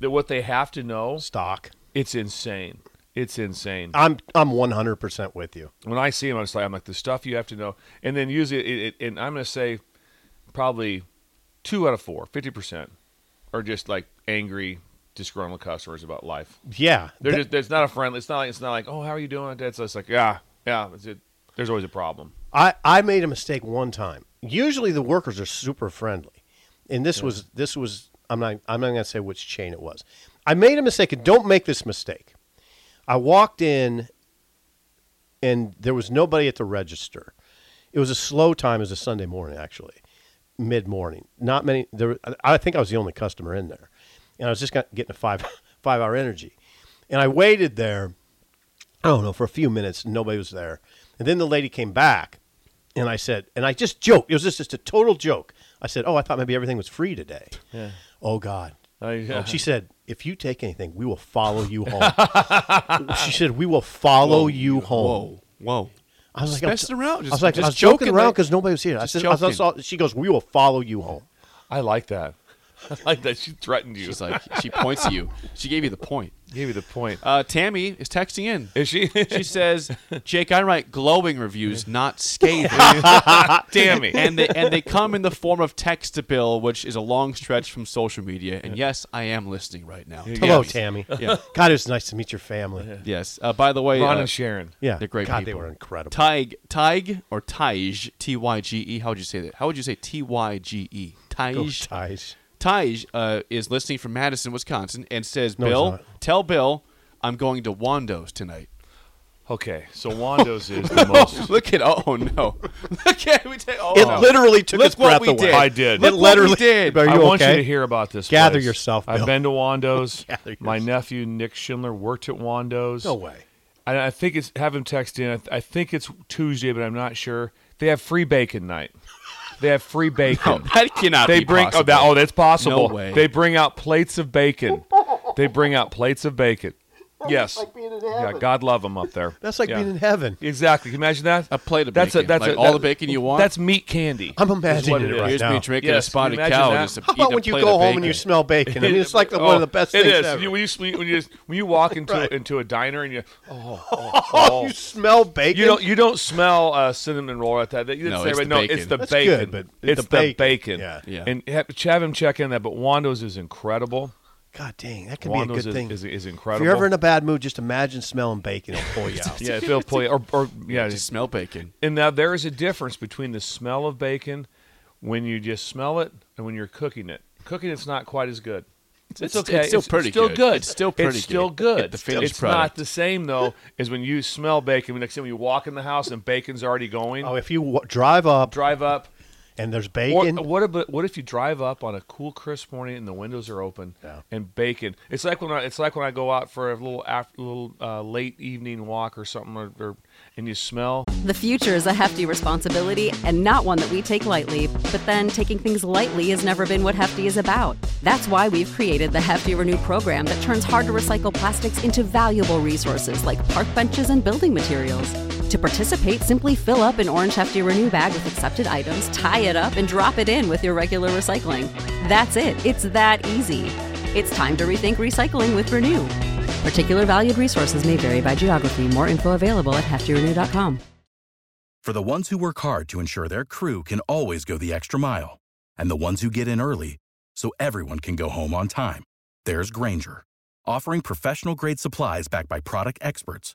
[SPEAKER 2] That what they have to know,
[SPEAKER 3] Stock.
[SPEAKER 2] it's insane. It's insane.
[SPEAKER 3] I'm I'm 100 percent with you.
[SPEAKER 2] When I see them, I'm just like, I'm like the stuff you have to know. And then usually, it, it, and I'm gonna say, probably two out of four, 50 percent, are just like angry, disgruntled customers about life.
[SPEAKER 3] Yeah,
[SPEAKER 2] They're
[SPEAKER 3] Th-
[SPEAKER 2] just. It's not a friendly. It's not like. It's not like. Oh, how are you doing? It's just like, yeah, yeah. It's it. There's always a problem.
[SPEAKER 3] I I made a mistake one time. Usually the workers are super friendly, and this was this was I'm not I'm not gonna say which chain it was. I made a mistake, and don't make this mistake. I walked in, and there was nobody at the register. It was a slow time. It was a Sunday morning, actually, mid morning. Not many. There, I I think I was the only customer in there, and I was just got- getting a five five hour energy, and I waited there. I don't know, for a few minutes, nobody was there. And then the lady came back, and I said, and I just joked. It was just, just a total joke. I said, Oh, I thought maybe everything was free today. Yeah. Oh, God.
[SPEAKER 2] Oh, yeah.
[SPEAKER 3] Oh, she said, If you take anything, we will follow you home. she said, We will follow you home.
[SPEAKER 1] Whoa, whoa.
[SPEAKER 3] I was like,
[SPEAKER 1] Just messing
[SPEAKER 3] I'm,
[SPEAKER 1] around.
[SPEAKER 3] I
[SPEAKER 1] Just-
[SPEAKER 3] was like,
[SPEAKER 1] just
[SPEAKER 3] I was joking,
[SPEAKER 1] joking,
[SPEAKER 3] around
[SPEAKER 1] like-
[SPEAKER 3] because nobody was here. I
[SPEAKER 1] just
[SPEAKER 3] said, I
[SPEAKER 1] joking.
[SPEAKER 3] saw, she goes, We will follow you home.
[SPEAKER 2] I like that. I like that. She threatened you.
[SPEAKER 1] She's like, she points at you. She gave you the point.
[SPEAKER 2] gave you the point.
[SPEAKER 1] Uh, Tammy is texting in.
[SPEAKER 2] Is she?
[SPEAKER 1] She says, "Jake, I write glowing reviews, not scathing."
[SPEAKER 2] Damn me.
[SPEAKER 1] and they and they come in the form of text to bill, which is a long stretch from social media. And yes, I am listening right now.
[SPEAKER 3] Hello, Tammy.
[SPEAKER 1] Yeah.
[SPEAKER 3] God, it was nice to meet your family. Yeah.
[SPEAKER 1] Yes. Uh, by the way,
[SPEAKER 2] Ron
[SPEAKER 1] uh,
[SPEAKER 2] and Sharon.
[SPEAKER 1] They're great
[SPEAKER 3] God, they
[SPEAKER 1] people.
[SPEAKER 3] were incredible.
[SPEAKER 1] Tig, Tig or Tige, T Y G E. How would you say that? How would you say T Y G E?
[SPEAKER 3] Go
[SPEAKER 1] Tige.
[SPEAKER 3] Ties.
[SPEAKER 1] Tige uh, is listening from Madison, Wisconsin, and says,
[SPEAKER 3] No, he's
[SPEAKER 1] "Bill,
[SPEAKER 3] not.
[SPEAKER 1] tell Bill I'm going to Wando's tonight."
[SPEAKER 2] Okay, so Wando's is the most.
[SPEAKER 1] Look at oh no! Look at we take oh.
[SPEAKER 3] It literally took
[SPEAKER 1] Look
[SPEAKER 3] its breath
[SPEAKER 1] what we
[SPEAKER 3] away.
[SPEAKER 1] did.
[SPEAKER 2] I did.
[SPEAKER 1] Look
[SPEAKER 3] it
[SPEAKER 1] what we
[SPEAKER 3] literally
[SPEAKER 1] did.
[SPEAKER 3] Are you
[SPEAKER 2] I want
[SPEAKER 3] okay?
[SPEAKER 2] you to hear about this.
[SPEAKER 3] Gather
[SPEAKER 2] place.
[SPEAKER 3] yourself, Bill.
[SPEAKER 2] I've been to Wando's.
[SPEAKER 3] Gather
[SPEAKER 2] My
[SPEAKER 3] yourself.
[SPEAKER 2] nephew Nick Schindler worked at Wando's.
[SPEAKER 3] No way.
[SPEAKER 2] And I think it's have him text in. I, th- I think it's Tuesday, but I'm not sure. They have free bacon night. They have free bacon.
[SPEAKER 1] That cannot
[SPEAKER 2] they
[SPEAKER 1] be
[SPEAKER 2] bring
[SPEAKER 1] possible.
[SPEAKER 2] oh that oh that's possible.
[SPEAKER 1] No way.
[SPEAKER 2] They bring out plates of bacon. they bring out plates of bacon. Yes.
[SPEAKER 3] love
[SPEAKER 2] yeah,
[SPEAKER 3] it.
[SPEAKER 2] God love them up there.
[SPEAKER 3] That's like
[SPEAKER 2] Yeah.
[SPEAKER 3] being in heaven.
[SPEAKER 2] Exactly. Can you imagine that?
[SPEAKER 1] A plate of
[SPEAKER 2] that's
[SPEAKER 1] bacon.
[SPEAKER 2] A, that's
[SPEAKER 1] Like,
[SPEAKER 2] a,
[SPEAKER 1] all the
[SPEAKER 2] that-
[SPEAKER 1] bacon you want?
[SPEAKER 2] That's meat candy.
[SPEAKER 3] I'm imagining it,
[SPEAKER 2] is.
[SPEAKER 3] right
[SPEAKER 1] Here's
[SPEAKER 3] now.
[SPEAKER 1] me drinking
[SPEAKER 2] Yes,
[SPEAKER 1] a
[SPEAKER 2] can
[SPEAKER 1] spotted
[SPEAKER 2] you imagine
[SPEAKER 1] cow.
[SPEAKER 2] that?
[SPEAKER 1] Just to
[SPEAKER 3] How
[SPEAKER 1] eat
[SPEAKER 3] about
[SPEAKER 1] a
[SPEAKER 3] when you
[SPEAKER 1] plate
[SPEAKER 3] go home
[SPEAKER 1] of
[SPEAKER 3] and
[SPEAKER 1] bacon.
[SPEAKER 3] you smell bacon? I mean, it's like the, one of the best
[SPEAKER 2] Oh, It
[SPEAKER 3] things
[SPEAKER 2] is.
[SPEAKER 3] ever.
[SPEAKER 2] You- when, you, when, you, when you when you walk into into a diner and you oh, oh,
[SPEAKER 3] oh,
[SPEAKER 2] oh.
[SPEAKER 3] you smell bacon.
[SPEAKER 2] You don't you don't smell uh, cinnamon roll at that. You didn't
[SPEAKER 1] No,
[SPEAKER 2] say
[SPEAKER 1] it's
[SPEAKER 2] right.
[SPEAKER 1] the
[SPEAKER 2] no,
[SPEAKER 1] bacon.
[SPEAKER 2] it's the
[SPEAKER 3] That's
[SPEAKER 2] bacon.
[SPEAKER 3] good, but
[SPEAKER 2] it's
[SPEAKER 3] the
[SPEAKER 2] the bacon.
[SPEAKER 3] bacon. Yeah.
[SPEAKER 1] Yeah.
[SPEAKER 2] And ha- have him check in that. But Wando's is incredible.
[SPEAKER 3] God dang, that could
[SPEAKER 2] Wando's
[SPEAKER 3] be a good
[SPEAKER 2] is,
[SPEAKER 3] thing.
[SPEAKER 2] Is, is
[SPEAKER 3] if
[SPEAKER 2] incredible.
[SPEAKER 3] you're ever in a bad mood, just imagine smelling bacon. It'll pull you out.
[SPEAKER 2] yeah, if they'll play or, or yeah,
[SPEAKER 1] Just smell bacon.
[SPEAKER 2] and now there is a difference between the smell of bacon when you just smell it and when you're cooking it. Cooking it's not quite as good. It's, okay.
[SPEAKER 1] it's still pretty
[SPEAKER 2] still
[SPEAKER 1] good.
[SPEAKER 2] good.
[SPEAKER 1] It's still pretty
[SPEAKER 2] It's still
[SPEAKER 1] good.
[SPEAKER 2] good.
[SPEAKER 1] At the finished
[SPEAKER 2] it's
[SPEAKER 1] product.
[SPEAKER 2] not the same though as when you smell bacon. The next time you walk in the house and bacon's already going.
[SPEAKER 3] Oh, if you w- drive up
[SPEAKER 2] drive up.
[SPEAKER 3] and there's
[SPEAKER 2] Or,
[SPEAKER 3] bacon,
[SPEAKER 2] what if what if you drive up on a cool, crisp morning and the windows are open and bacon? It's like when I it's like when I go out for a little after, little uh, late evening walk or something, or, or and you smell
[SPEAKER 6] The future is a hefty responsibility and not one that we take lightly, but then taking things lightly has never been what Hefty is about. That's why we've created the Hefty Renew program that turns hard to recycle plastics into valuable resources like park benches and building materials. To participate, simply fill up an orange Hefty Renew bag with accepted items, tie it up, and drop it in with your regular recycling. That's it, it's that easy. It's time to rethink recycling with Renew. Particular valued resources may vary by geography. More info available at heftyrenew.com.
[SPEAKER 7] For the ones who work hard to ensure their crew can always go the extra mile, and the ones who get in early so everyone can go home on time, there's Granger, offering professional grade supplies backed by product experts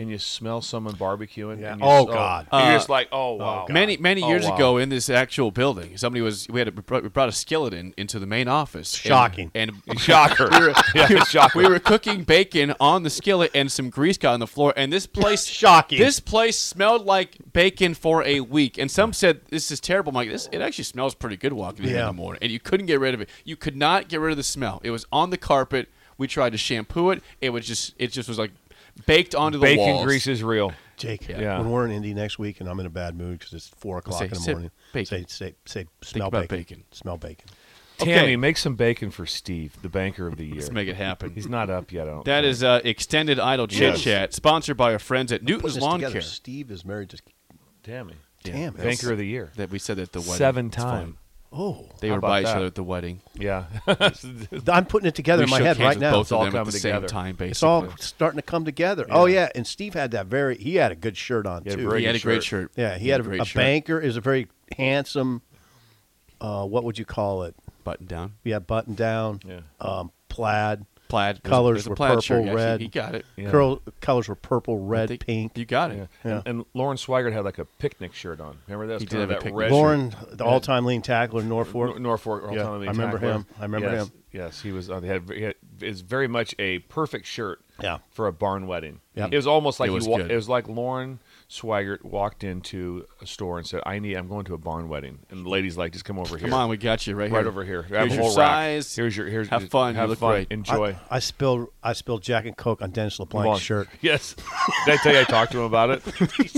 [SPEAKER 2] and you smell someone barbecuing.
[SPEAKER 3] Yeah.
[SPEAKER 2] and you
[SPEAKER 3] Oh,
[SPEAKER 2] smell-
[SPEAKER 3] God.
[SPEAKER 2] and you're
[SPEAKER 1] Uh,
[SPEAKER 2] just like oh wow.
[SPEAKER 3] God.
[SPEAKER 1] Many many
[SPEAKER 2] Oh,
[SPEAKER 1] years
[SPEAKER 2] wow.
[SPEAKER 1] ago, in this actual building, somebody was we had a, we brought- we brought a skeleton into the main office. and-
[SPEAKER 3] Shocking.
[SPEAKER 1] and,
[SPEAKER 2] Shocker.
[SPEAKER 1] we were,
[SPEAKER 2] Yeah,
[SPEAKER 1] we were-
[SPEAKER 2] shocker.
[SPEAKER 1] We were cooking bacon on the skillet, and some grease got on the floor. And this place
[SPEAKER 3] Shocking.
[SPEAKER 1] This place smelled like bacon for a week. And some said this is terrible. I'm like this, it actually smells pretty good walking in here in
[SPEAKER 3] Yeah.
[SPEAKER 1] the morning. And you couldn't get rid of it. You could not get rid of the smell. It was on the carpet. We tried to shampoo it. It was just it just was like baked onto the
[SPEAKER 2] Bacon
[SPEAKER 1] walls.
[SPEAKER 2] grease is real.
[SPEAKER 3] Jake,
[SPEAKER 2] Yeah.
[SPEAKER 3] when we're in Indy next week and I'm in a bad mood because it's four o'clock
[SPEAKER 1] Say-
[SPEAKER 3] in the
[SPEAKER 1] say
[SPEAKER 3] morning,
[SPEAKER 1] bacon.
[SPEAKER 3] say say say smell
[SPEAKER 1] about
[SPEAKER 3] bacon.
[SPEAKER 1] bacon.
[SPEAKER 3] smell bacon.
[SPEAKER 1] Okay.
[SPEAKER 2] Tammy, make some bacon for Steve, the banker of the year.
[SPEAKER 1] Let's make it happen.
[SPEAKER 2] He's not up yet. I don't
[SPEAKER 1] That
[SPEAKER 2] think.
[SPEAKER 1] is uh, extended idle chit
[SPEAKER 8] Yes.
[SPEAKER 1] chat, sponsored by our friends at
[SPEAKER 3] Put
[SPEAKER 1] Newton's
[SPEAKER 3] this
[SPEAKER 1] Lawn
[SPEAKER 3] together.
[SPEAKER 1] Care.
[SPEAKER 3] Steve is married to.
[SPEAKER 2] Tammy,
[SPEAKER 3] Damn it.
[SPEAKER 2] banker of the year.
[SPEAKER 1] That we said at the wedding
[SPEAKER 2] Seven
[SPEAKER 1] It's fine.
[SPEAKER 2] time.
[SPEAKER 3] Oh,
[SPEAKER 1] They
[SPEAKER 2] How
[SPEAKER 1] were
[SPEAKER 2] about
[SPEAKER 1] by each
[SPEAKER 2] that?
[SPEAKER 1] other at the wedding.
[SPEAKER 2] Yeah.
[SPEAKER 3] I'm putting it together
[SPEAKER 1] we
[SPEAKER 3] in my
[SPEAKER 1] shook
[SPEAKER 3] head
[SPEAKER 1] hands
[SPEAKER 3] right
[SPEAKER 1] with
[SPEAKER 3] now.
[SPEAKER 1] Both
[SPEAKER 2] It's
[SPEAKER 1] of
[SPEAKER 2] all
[SPEAKER 1] them at
[SPEAKER 2] coming
[SPEAKER 1] the
[SPEAKER 2] together.
[SPEAKER 1] same time, basically.
[SPEAKER 3] It's all starting to come together. Oh yeah, and Steve had that very. He had a good shirt on
[SPEAKER 2] He had a
[SPEAKER 3] too.
[SPEAKER 2] very
[SPEAKER 1] he had a
[SPEAKER 2] good
[SPEAKER 1] great shirt.
[SPEAKER 2] shirt.
[SPEAKER 3] yeah, he had a,
[SPEAKER 1] great
[SPEAKER 3] a
[SPEAKER 1] shirt.
[SPEAKER 3] banker. Is a very handsome. Uh, what would you call it?
[SPEAKER 1] button down,
[SPEAKER 3] Yeah, button down.
[SPEAKER 2] Yeah.
[SPEAKER 3] Um, plaid.
[SPEAKER 1] plaid It was a-
[SPEAKER 3] Colors
[SPEAKER 1] it was a
[SPEAKER 3] were
[SPEAKER 1] plaid
[SPEAKER 3] purple,
[SPEAKER 1] shirt. Yeah, he-
[SPEAKER 3] red.
[SPEAKER 1] He, got it.
[SPEAKER 2] Yeah.
[SPEAKER 3] Curl colors were purple,
[SPEAKER 1] I
[SPEAKER 3] red,
[SPEAKER 1] think
[SPEAKER 3] pink.
[SPEAKER 1] You got it.
[SPEAKER 2] Yeah.
[SPEAKER 3] Yeah.
[SPEAKER 2] And, and Lauren Swigert had like a picnic shirt on. Remember that?
[SPEAKER 1] He
[SPEAKER 2] Kind
[SPEAKER 1] did
[SPEAKER 2] of
[SPEAKER 1] have a
[SPEAKER 2] that
[SPEAKER 1] picnic
[SPEAKER 2] red
[SPEAKER 1] shirt.
[SPEAKER 3] Lauren, the all-time lean tackler in Norfolk.
[SPEAKER 2] Nor- Norfolk. or
[SPEAKER 3] Yeah,
[SPEAKER 2] Autonomy
[SPEAKER 3] I remember
[SPEAKER 2] Tackler.
[SPEAKER 3] him. I remember
[SPEAKER 2] Yes,
[SPEAKER 3] him.
[SPEAKER 2] Yes, he was. on he had. He had it's very much a perfect shirt.
[SPEAKER 3] Yeah.
[SPEAKER 2] For a barn wedding.
[SPEAKER 3] Yeah.
[SPEAKER 2] It was almost like
[SPEAKER 1] It
[SPEAKER 2] he
[SPEAKER 1] was
[SPEAKER 2] wa-
[SPEAKER 1] good.
[SPEAKER 2] it was like Lauren Swigert walked into a store and said, "I need. I'm going to a barn wedding." And the ladies like, "Just come over here.
[SPEAKER 1] Come on, we got you right here.
[SPEAKER 2] Right over here. I have
[SPEAKER 1] Here's
[SPEAKER 2] a
[SPEAKER 1] your
[SPEAKER 2] whole rack.
[SPEAKER 1] size.
[SPEAKER 2] Here's your. Here's
[SPEAKER 1] have fun. you
[SPEAKER 2] Have
[SPEAKER 1] look
[SPEAKER 2] fun.
[SPEAKER 1] Great.
[SPEAKER 2] Enjoy.
[SPEAKER 3] I spilled I spilled Jack and Coke on Dennis LeBlanc's
[SPEAKER 2] Long
[SPEAKER 3] shirt.
[SPEAKER 2] Yes. Did I tell you I talked to him about it?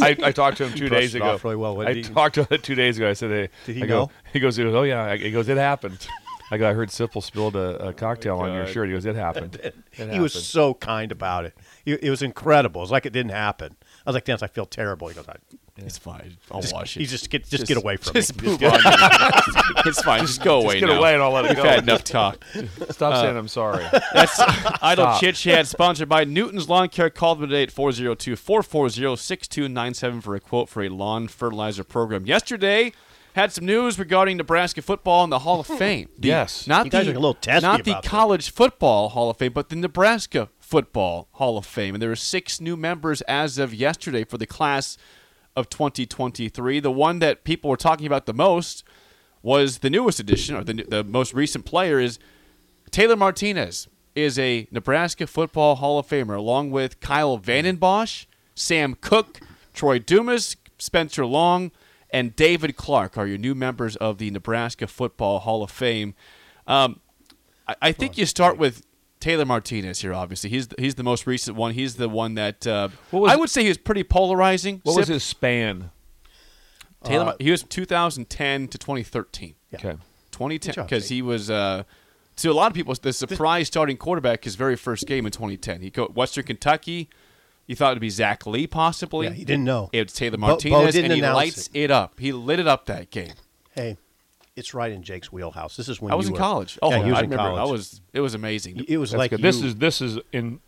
[SPEAKER 2] I, I talked to him two
[SPEAKER 3] brushed
[SPEAKER 2] days
[SPEAKER 3] it
[SPEAKER 2] ago.
[SPEAKER 3] off really well, what
[SPEAKER 2] I
[SPEAKER 3] did he-
[SPEAKER 2] talked to him two days ago. I said, "Hey."
[SPEAKER 3] Did he
[SPEAKER 2] I go,
[SPEAKER 3] know?
[SPEAKER 2] He goes, "Oh yeah." I- He goes, "It happened." I go, "I heard Sipple spilled a, a cocktail
[SPEAKER 3] Oh
[SPEAKER 2] on your
[SPEAKER 1] God.
[SPEAKER 2] shirt." He goes, "It happened." It
[SPEAKER 3] He was
[SPEAKER 2] happened."
[SPEAKER 3] so kind about it. It, it was incredible. It was like it didn't happen. I was like, Dennis, I feel terrible. He goes, I,
[SPEAKER 1] It's fine. I'll
[SPEAKER 3] just,
[SPEAKER 1] wash it.
[SPEAKER 3] he just get just, get away from
[SPEAKER 1] just
[SPEAKER 3] me.
[SPEAKER 1] Move on. it's fine. Just go away
[SPEAKER 2] Just get
[SPEAKER 1] now.
[SPEAKER 2] away and I'll let it
[SPEAKER 1] We've
[SPEAKER 2] go.
[SPEAKER 1] had enough talk.
[SPEAKER 2] Stop
[SPEAKER 3] Uh,
[SPEAKER 2] saying I'm sorry.
[SPEAKER 1] That's Idle Chit Chat, sponsored by Newton's Lawn Care. Call them today at 402 440 6297 for a quote for a lawn fertilizer program. Yesterday, had some news regarding Nebraska football and the Hall of Fame. The-
[SPEAKER 2] Yes.
[SPEAKER 1] Not
[SPEAKER 3] You guys
[SPEAKER 1] the,
[SPEAKER 3] are a little testy
[SPEAKER 1] Not the
[SPEAKER 3] about this.
[SPEAKER 1] College Football Hall of Fame, but the Nebraska Football Hall of Fame. And there are six new members as of yesterday for the class of 2023. The one that people were talking about the most was the newest addition, or the, the most recent player is Taylor Martinez is a Nebraska Football Hall of Famer, along with Kyle Vandenbosch, Sam Cook, Troy Dumas, Spencer Long, and David Clark are your new members of the Nebraska Football Hall of Fame. Um, I, I think you start with Taylor Martinez here, obviously. He's the, he's the most recent one. He's the one that uh, I would say he was pretty polarizing.
[SPEAKER 2] What was
[SPEAKER 1] Sip.
[SPEAKER 2] his uh, span?
[SPEAKER 1] Taylor? Mar- he was 2010 to 2013.
[SPEAKER 2] Okay.
[SPEAKER 1] 2010 because he was uh, to a lot of people the surprise starting quarterback his very first game in 2010. He coached Western Kentucky. You thought it'd be Zach Lee possibly.
[SPEAKER 3] Yeah, he didn't know.
[SPEAKER 1] It's Taylor
[SPEAKER 3] Bo- Bo
[SPEAKER 1] Martinez,
[SPEAKER 3] didn't
[SPEAKER 1] and he
[SPEAKER 3] announce
[SPEAKER 1] lights it. up. He lit it up that game.
[SPEAKER 3] Hey, it's right in Jake's wheelhouse. This is when
[SPEAKER 1] I was
[SPEAKER 3] you
[SPEAKER 1] in
[SPEAKER 3] were-
[SPEAKER 1] college. Oh,
[SPEAKER 3] yeah, he was
[SPEAKER 1] I
[SPEAKER 3] in
[SPEAKER 1] remember.
[SPEAKER 3] college.
[SPEAKER 1] I was. It was amazing.
[SPEAKER 3] It was
[SPEAKER 2] That's
[SPEAKER 3] like
[SPEAKER 2] good. this
[SPEAKER 3] you-
[SPEAKER 2] is this is in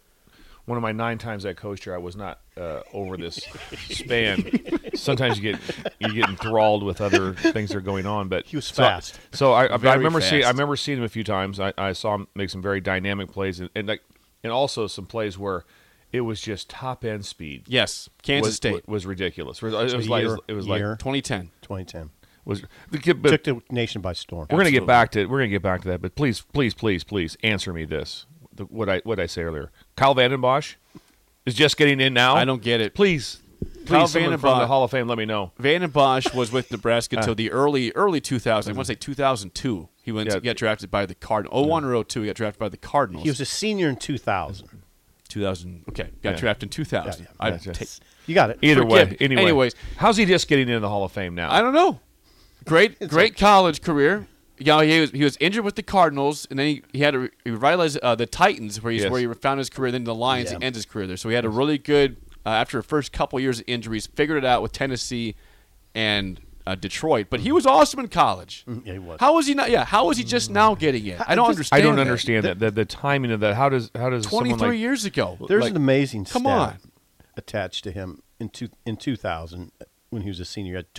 [SPEAKER 2] one of my nine times I coached here. I was not uh, over this span. Sometimes you get you get enthralled with other things that are going on, but
[SPEAKER 3] He was
[SPEAKER 2] so I-
[SPEAKER 3] fast.
[SPEAKER 2] So, I, I, I
[SPEAKER 1] Very
[SPEAKER 2] remember seeing I
[SPEAKER 1] fast.
[SPEAKER 2] remember seeing him a few times. I, I saw him make some very dynamic plays and, and like and also some plays where it was just top end speed.
[SPEAKER 1] Yes, Kansas
[SPEAKER 2] was,
[SPEAKER 1] State,
[SPEAKER 2] was ridiculous. It was, it was like
[SPEAKER 3] year-
[SPEAKER 2] it was
[SPEAKER 3] year.
[SPEAKER 2] like
[SPEAKER 1] 2010.
[SPEAKER 3] 2010.
[SPEAKER 2] was the kid- but-
[SPEAKER 3] Took the nation by storm.
[SPEAKER 2] we're gonna get back to we're gonna get back to that, but please, please, please, please answer me this: the, what I what I say earlier. Kyle Vandenbosch is just getting in now.
[SPEAKER 1] I don't get it.
[SPEAKER 2] Please, please,
[SPEAKER 1] Kyle
[SPEAKER 2] someone from the
[SPEAKER 1] Vandenbosch-
[SPEAKER 2] Hall of Fame, let me know.
[SPEAKER 1] Van and Bosch was with Nebraska until the early early 2000s. I want to say 2002. He went
[SPEAKER 2] Yeah.
[SPEAKER 1] to get drafted by the Cardinals. 01 or 02, he got drafted by the Cardinals.
[SPEAKER 3] He was a senior in 2000.
[SPEAKER 1] 2000. Okay, got
[SPEAKER 2] Yeah.
[SPEAKER 1] drafted in 2000.
[SPEAKER 3] Yeah, yeah.
[SPEAKER 1] I,
[SPEAKER 2] That's it.
[SPEAKER 1] ta-
[SPEAKER 3] You got it.
[SPEAKER 2] Either way,
[SPEAKER 1] forget me.
[SPEAKER 2] anyway,
[SPEAKER 1] Anyways.
[SPEAKER 2] how's he just getting into the Hall of Fame now?
[SPEAKER 1] I don't know. Great, great college career. Yeah, he was he was injured with the Cardinals, and then he, he had to re- he revitalized uh, the Titans, where he's
[SPEAKER 2] Yes.
[SPEAKER 1] where he found his career. Then the Lions, he ends his career there. So he had a really good uh, after the first couple years of injuries, figured it out with Tennessee and uh, Detroit. But he was awesome in college.
[SPEAKER 3] Mm-hmm. yeah, he was. Mm-hmm.
[SPEAKER 1] How was he not? Yeah, how was he just now getting it? I don't understand.
[SPEAKER 2] I don't
[SPEAKER 1] that.
[SPEAKER 2] understand that. The, the timing of that. How does how does
[SPEAKER 1] Twenty
[SPEAKER 2] someone
[SPEAKER 1] three
[SPEAKER 2] like
[SPEAKER 1] years ago.
[SPEAKER 3] There's
[SPEAKER 1] Like,
[SPEAKER 3] an amazing
[SPEAKER 1] come
[SPEAKER 3] stat
[SPEAKER 1] on.
[SPEAKER 3] attached to him in two, in 2000 when he was a senior. He had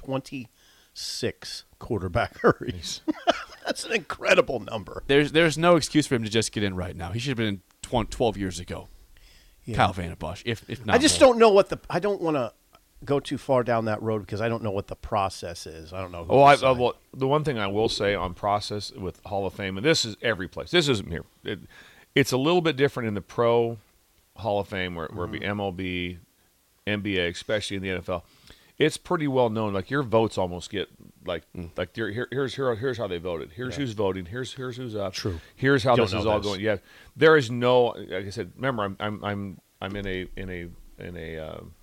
[SPEAKER 3] 26 quarterback hurries. That's an incredible number.
[SPEAKER 1] There's there's no excuse for him to just get in right now. He should have been in tw- twelve years ago. Kyle Vandenbosch, if if not,
[SPEAKER 3] I just
[SPEAKER 1] more.
[SPEAKER 3] don't know what the. I don't want to go too far down that road because I don't know what the process is. I don't know. Who
[SPEAKER 2] Oh, I, I
[SPEAKER 3] decided.
[SPEAKER 2] well, the one thing I will say on process with Hall of Fame, and this is every place. This isn't here. It, it's a little bit different in the pro Hall of Fame, where, where it'd
[SPEAKER 3] Mm-hmm.
[SPEAKER 2] be MLB, NBA, especially in the NFL. It's pretty well known. Like your votes almost get like
[SPEAKER 3] Mm.
[SPEAKER 2] like your- here, here's here, here's how they voted. Here's who's voting. Here's here's who's up. True. Here's how
[SPEAKER 3] Don't
[SPEAKER 2] this is
[SPEAKER 3] know
[SPEAKER 2] all
[SPEAKER 3] this.
[SPEAKER 2] going. Yeah. There is no. Like I said, remember, I'm I'm I'm, I'm in a in a in a. Um,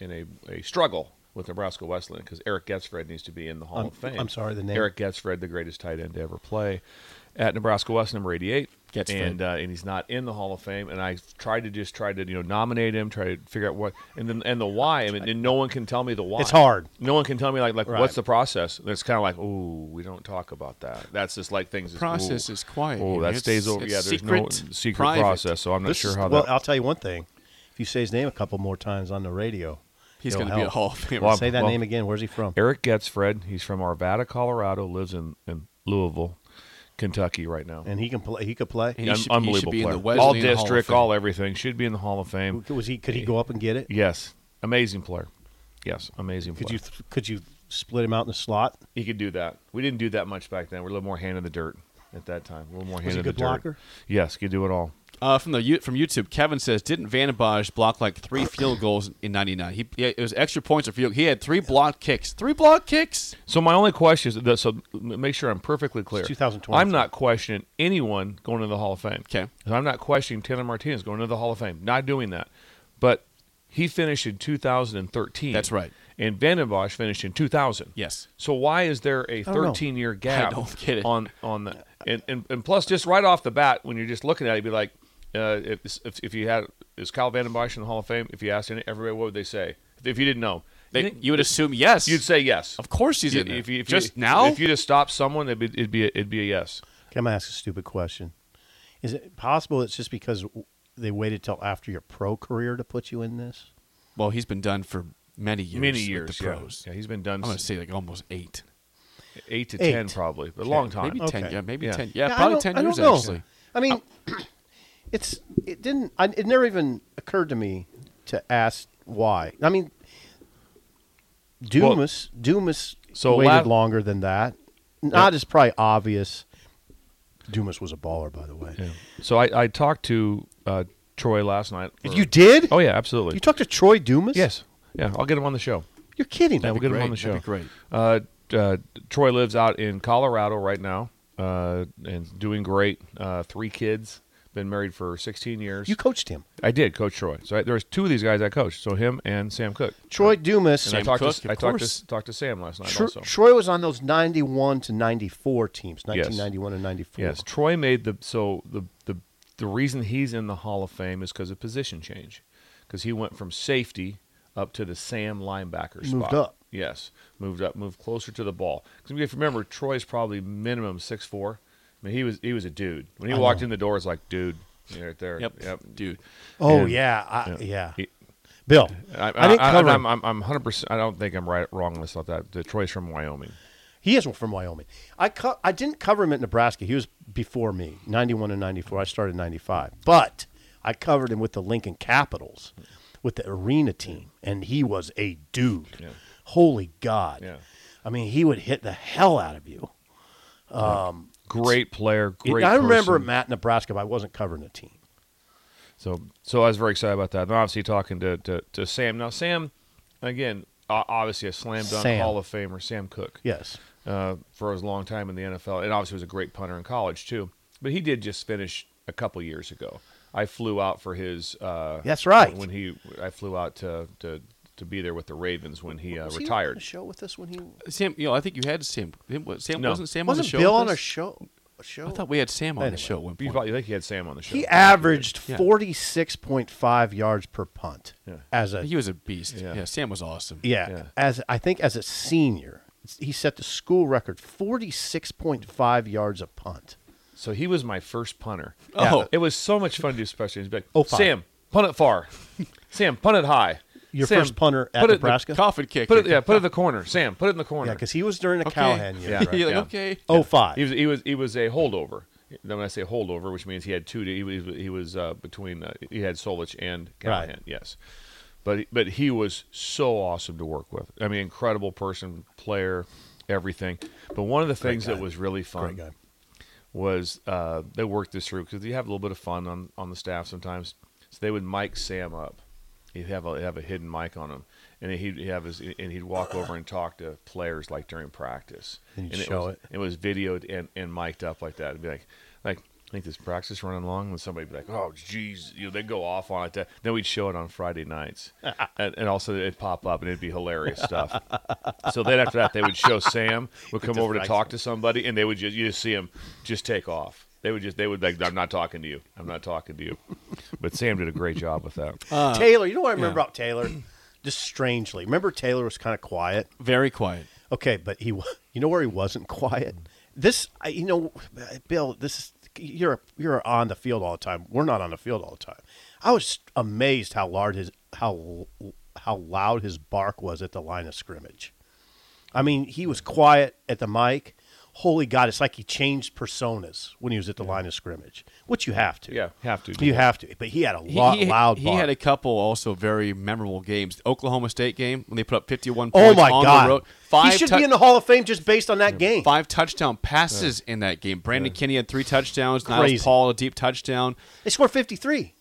[SPEAKER 2] in a, a struggle with Nebraska Wesleyan because Eric Getzfred needs to be in the Hall
[SPEAKER 3] I'm-
[SPEAKER 2] of Fame.
[SPEAKER 3] I'm sorry, the name?
[SPEAKER 2] Eric Getzfred, the greatest tight end to ever play at Nebraska West, number 88.
[SPEAKER 1] Getzfred.
[SPEAKER 2] And, uh, and he's not in the Hall of Fame. And I tried to just try to you know nominate him, try to figure out what and then and the why. I mean, and no one can tell me the why.
[SPEAKER 3] It's hard.
[SPEAKER 2] No one can tell me like like
[SPEAKER 3] Right.
[SPEAKER 2] what's the process. And it's kind of like oh we don't talk about that. That's just like things. is,
[SPEAKER 1] Process
[SPEAKER 2] ooh,
[SPEAKER 1] is quiet
[SPEAKER 2] Oh
[SPEAKER 1] here.
[SPEAKER 2] that
[SPEAKER 1] It's-
[SPEAKER 2] stays over.
[SPEAKER 1] it's
[SPEAKER 2] Yeah, there's no
[SPEAKER 1] secret,
[SPEAKER 2] secret
[SPEAKER 1] private.
[SPEAKER 2] process. So I'm not
[SPEAKER 3] This
[SPEAKER 2] sure
[SPEAKER 3] is-
[SPEAKER 2] how
[SPEAKER 3] well,
[SPEAKER 2] that.
[SPEAKER 3] I'll tell you one thing. If you say his name a couple more times on the radio,
[SPEAKER 1] He's
[SPEAKER 3] it'll
[SPEAKER 1] going to be a
[SPEAKER 3] help.
[SPEAKER 1] Hall of Famer.
[SPEAKER 2] Well,
[SPEAKER 3] Say that
[SPEAKER 2] Well-
[SPEAKER 3] name again. Where's he from?
[SPEAKER 2] Eric Getzfred. He's from Arvada, Colorado. Lives in, in Louisville, Kentucky right now.
[SPEAKER 3] And he can play. He could play.
[SPEAKER 1] he
[SPEAKER 2] Un-
[SPEAKER 1] should- he should
[SPEAKER 2] unbelievable
[SPEAKER 1] be in
[SPEAKER 2] player.
[SPEAKER 1] the Wesleyan
[SPEAKER 2] all
[SPEAKER 1] Hall of
[SPEAKER 2] district,
[SPEAKER 1] Fame.
[SPEAKER 2] all everything. Should be in the Hall of Fame.
[SPEAKER 3] Was he? Could he go up and get it?
[SPEAKER 2] Yes, amazing player. Yes, amazing
[SPEAKER 3] Could
[SPEAKER 2] player.
[SPEAKER 3] you? th- Could you split him out in the slot?
[SPEAKER 2] he could do that. We didn't do that much back then. We're a little more hand in the dirt at that time. A little more hand
[SPEAKER 3] he
[SPEAKER 2] in
[SPEAKER 3] a good
[SPEAKER 2] the dirt.
[SPEAKER 3] blocker?
[SPEAKER 2] Yes, could do it all.
[SPEAKER 1] Uh, from the You- from YouTube, Kevin says, "Didn't Vandenbosch block like three field goals in '99? He yeah, it was extra points or field. He had three blocked kicks. Three blocked kicks.
[SPEAKER 2] So my only question is that, so make sure I'm perfectly clear.
[SPEAKER 3] It's 2023.
[SPEAKER 2] I'm not questioning anyone going to the Hall of Fame.
[SPEAKER 1] Okay.
[SPEAKER 2] So I'm not questioning Taylor Martinez going to the Hall of Fame. Not doing that. But he finished in 2013.
[SPEAKER 1] That's right.
[SPEAKER 2] And Vandenbosch finished in 2000.
[SPEAKER 1] Yes.
[SPEAKER 2] So why is there a
[SPEAKER 3] know.
[SPEAKER 2] 13 year gap
[SPEAKER 1] don't get it.
[SPEAKER 2] on on the and, and and plus just right off the bat when you're just looking at it, you'd be like, uh, if, if if you had is Kyle Vandenbosch in the Hall of Fame? If you asked any, everybody, what would they say? If you didn't know,
[SPEAKER 1] They, you would assume yes.
[SPEAKER 2] You'd say yes.
[SPEAKER 1] Of course he's
[SPEAKER 2] You-
[SPEAKER 1] in there.
[SPEAKER 2] If you, if
[SPEAKER 1] Just
[SPEAKER 2] you,
[SPEAKER 1] now?
[SPEAKER 2] If you just stop someone, it'd be it'd be a, it'd be a yes.
[SPEAKER 3] Can I ask a stupid question? Is it possible it's just because w- they waited till after your pro career to put you in this?
[SPEAKER 1] well, he's been done for many years.
[SPEAKER 2] Many
[SPEAKER 1] with
[SPEAKER 2] years.
[SPEAKER 1] the
[SPEAKER 2] yeah.
[SPEAKER 1] pros.
[SPEAKER 2] Yeah. he's been done
[SPEAKER 1] I'm going to
[SPEAKER 2] since
[SPEAKER 1] say like almost eight,
[SPEAKER 2] eight to
[SPEAKER 3] Eight.
[SPEAKER 2] ten probably, but a long time.
[SPEAKER 1] maybe ten.
[SPEAKER 3] Okay.
[SPEAKER 1] Yeah, maybe
[SPEAKER 2] Yeah.
[SPEAKER 1] ten. Yeah,
[SPEAKER 3] I
[SPEAKER 1] probably
[SPEAKER 3] don't-
[SPEAKER 1] ten
[SPEAKER 3] I
[SPEAKER 1] years
[SPEAKER 3] don't know.
[SPEAKER 1] actually.
[SPEAKER 3] I mean,
[SPEAKER 2] Oh.
[SPEAKER 3] it's it didn't. I, it never even occurred to me to ask why. I mean, Dumas Dumas
[SPEAKER 2] so
[SPEAKER 3] waited
[SPEAKER 2] la-
[SPEAKER 3] longer than that. Not as probably obvious. Dumas was a baller, by the way.
[SPEAKER 2] So I, I talked to uh, Troy last night. for-
[SPEAKER 3] You did?
[SPEAKER 2] Oh yeah, absolutely.
[SPEAKER 3] You talked to Troy Dumas?
[SPEAKER 2] yes. Yeah, I'll get him on the show.
[SPEAKER 3] You're kidding.
[SPEAKER 2] Yeah, we'll get him on the show.
[SPEAKER 1] That'd be great.
[SPEAKER 2] Uh, uh, Troy lives out in Colorado right now uh, and doing great. Uh, three kids. Been married for 16 years.
[SPEAKER 3] You coached him.
[SPEAKER 2] I did coach Troy. So I, there was two of these guys I coached. So him and Sam Cook.
[SPEAKER 3] Troy Dumas.
[SPEAKER 2] And I talked to I talked to, talked to Sam last night
[SPEAKER 3] Tro-
[SPEAKER 2] also.
[SPEAKER 3] Troy was on those 91 to 94 teams, 1991 and 94.
[SPEAKER 2] Yes, Troy made the so the the the reason he's in the Hall of Fame is because of position change, because he went from safety up to the Sam linebacker spot.
[SPEAKER 3] Moved up.
[SPEAKER 2] Yes, moved up, moved closer to the ball. Because if you remember, Troy's probably minimum six four. I mean, he was he was a dude when he walked in the door. It's like, dude, you're right there.
[SPEAKER 1] Yep.
[SPEAKER 2] yep,
[SPEAKER 1] Dude.
[SPEAKER 3] Oh,
[SPEAKER 2] And-
[SPEAKER 3] yeah. I, yeah.
[SPEAKER 2] He-
[SPEAKER 3] Bill,
[SPEAKER 2] I, I,
[SPEAKER 3] I didn't cover
[SPEAKER 2] I,
[SPEAKER 3] him.
[SPEAKER 2] am I'm, I'm 100%. I don't think I'm right wrong with about that. The Troy's from Wyoming.
[SPEAKER 3] He is from Wyoming. I co- I didn't cover him at Nebraska. He was before me, 91 and 94. I started in 95. But I covered him with the Lincoln Capitals, with the arena team, and he was a dude. Holy God.
[SPEAKER 2] Yeah.
[SPEAKER 3] I mean, he would hit the hell out of you.
[SPEAKER 2] Great player. Great.
[SPEAKER 3] I remember
[SPEAKER 2] person.
[SPEAKER 3] him at Nebraska, but I wasn't covering the team.
[SPEAKER 2] So so I was very excited about that. And obviously talking to, to, to Sam. Now Sam, again, o- obviously a slam dunk
[SPEAKER 3] Sam.
[SPEAKER 2] Hall of Famer, Sam Cook.
[SPEAKER 3] Yes.
[SPEAKER 2] Uh, for his long time in the NFL, and obviously was a great punter in college too. But he did just finish a couple years ago. I flew out for his. Uh,
[SPEAKER 3] That's right.
[SPEAKER 2] When he, I flew out to to, to be there with the Ravens when he uh, retired.
[SPEAKER 3] show with us when he
[SPEAKER 1] Sam, you know, I think you had Sam. him- was- Sam
[SPEAKER 2] No.
[SPEAKER 1] wasn't Sam on
[SPEAKER 3] wasn't
[SPEAKER 1] the show.
[SPEAKER 3] Bill
[SPEAKER 1] with
[SPEAKER 3] on a
[SPEAKER 1] us?
[SPEAKER 3] show. a show?
[SPEAKER 1] I thought we had Sam on
[SPEAKER 3] Anyway.
[SPEAKER 1] the show. at one
[SPEAKER 2] You
[SPEAKER 1] point.
[SPEAKER 2] probably think he had Sam on the show.
[SPEAKER 3] he averaged
[SPEAKER 1] Yeah.
[SPEAKER 3] 46.5 yards per punt
[SPEAKER 2] Yeah.
[SPEAKER 3] as a
[SPEAKER 1] He was a beast.
[SPEAKER 2] Yeah.
[SPEAKER 1] Yeah, Sam was awesome.
[SPEAKER 3] Yeah,
[SPEAKER 2] Yeah.
[SPEAKER 3] as I think as a senior, he set the school record forty six point five yards a punt.
[SPEAKER 2] So he was my first punter.
[SPEAKER 1] Oh.
[SPEAKER 2] it was so much fun to do special teams. Like,
[SPEAKER 3] Oh, five.
[SPEAKER 2] Sam, punt it far. Sam, punt it high.
[SPEAKER 3] Your
[SPEAKER 2] Sam,
[SPEAKER 3] first punter
[SPEAKER 2] put
[SPEAKER 3] at
[SPEAKER 2] it in the
[SPEAKER 3] Nebraska,
[SPEAKER 1] Coffin kick.
[SPEAKER 2] Put it, yeah, put it in the corner. Sam, put it in the
[SPEAKER 3] yeah,
[SPEAKER 2] corner.
[SPEAKER 3] because he was during the
[SPEAKER 1] Okay.
[SPEAKER 3] Callahan year.
[SPEAKER 2] Yeah,
[SPEAKER 3] right?
[SPEAKER 1] You're like,
[SPEAKER 2] yeah.
[SPEAKER 1] okay.
[SPEAKER 3] Oh five.
[SPEAKER 2] he was he was he was a holdover. Then when I say holdover, which means he had two. He was he was uh, between uh, he had Solich and Callahan.
[SPEAKER 3] Right.
[SPEAKER 2] Yes, but but he was so awesome to work with. I mean, incredible person, player, everything. But one of the things that was really fun
[SPEAKER 3] guy.
[SPEAKER 2] was uh, they worked this through because you have a little bit of fun on on the staff sometimes. So they would mic Sam up. He'd have a have a hidden mic on him, and he'd have his and he'd walk over and talk to players like during practice.
[SPEAKER 3] And you'd
[SPEAKER 2] it
[SPEAKER 3] show
[SPEAKER 2] was-
[SPEAKER 3] it.
[SPEAKER 2] it was videoed and, and mic'd up like that. It'd be like, like I think this practice running long, and somebody'd be like, "Oh, geez," you know, they'd go off on it. That. Then we'd show it on Friday nights, and, and also it'd pop up, and it'd be hilarious stuff. so then after that, they would show Sam would come over to talk to somebody, and they would just you just see him just take off. They would just they would like, "I'm not talking to you. I'm not talking to you." But Sam did a great job with that.
[SPEAKER 1] Uh,
[SPEAKER 3] Taylor. You know what I remember about Taylor? Just strangely, remember Taylor was kind of quiet.
[SPEAKER 1] Very quiet.
[SPEAKER 3] Okay, but he, wa- you know where he wasn't quiet.
[SPEAKER 1] Mm.
[SPEAKER 3] This, I, you know, Bill. This is you're you're on the field all the time. We're not on the field all the time. I was amazed how large his how how loud his bark was at the line of scrimmage. I mean, he was quiet at the mic. Holy God, it's like he changed personas when he was at the line of scrimmage, which you have to.
[SPEAKER 2] Yeah, have to.
[SPEAKER 3] You have to. But he had a
[SPEAKER 1] He-
[SPEAKER 3] lot
[SPEAKER 1] he,
[SPEAKER 3] loud.
[SPEAKER 1] He
[SPEAKER 3] bark.
[SPEAKER 1] had a couple also very memorable games. The Oklahoma State game when they put up 51
[SPEAKER 3] Oh
[SPEAKER 1] points
[SPEAKER 3] my
[SPEAKER 1] on
[SPEAKER 3] God!
[SPEAKER 1] the road. Five
[SPEAKER 3] he should
[SPEAKER 1] tou-
[SPEAKER 3] be in the Hall of Fame just based on that game.
[SPEAKER 1] five touchdown passes in that game. Brandon Kenny had three touchdowns. Niles
[SPEAKER 3] Crazy.
[SPEAKER 1] Paul a deep touchdown.
[SPEAKER 3] They scored fifty-three.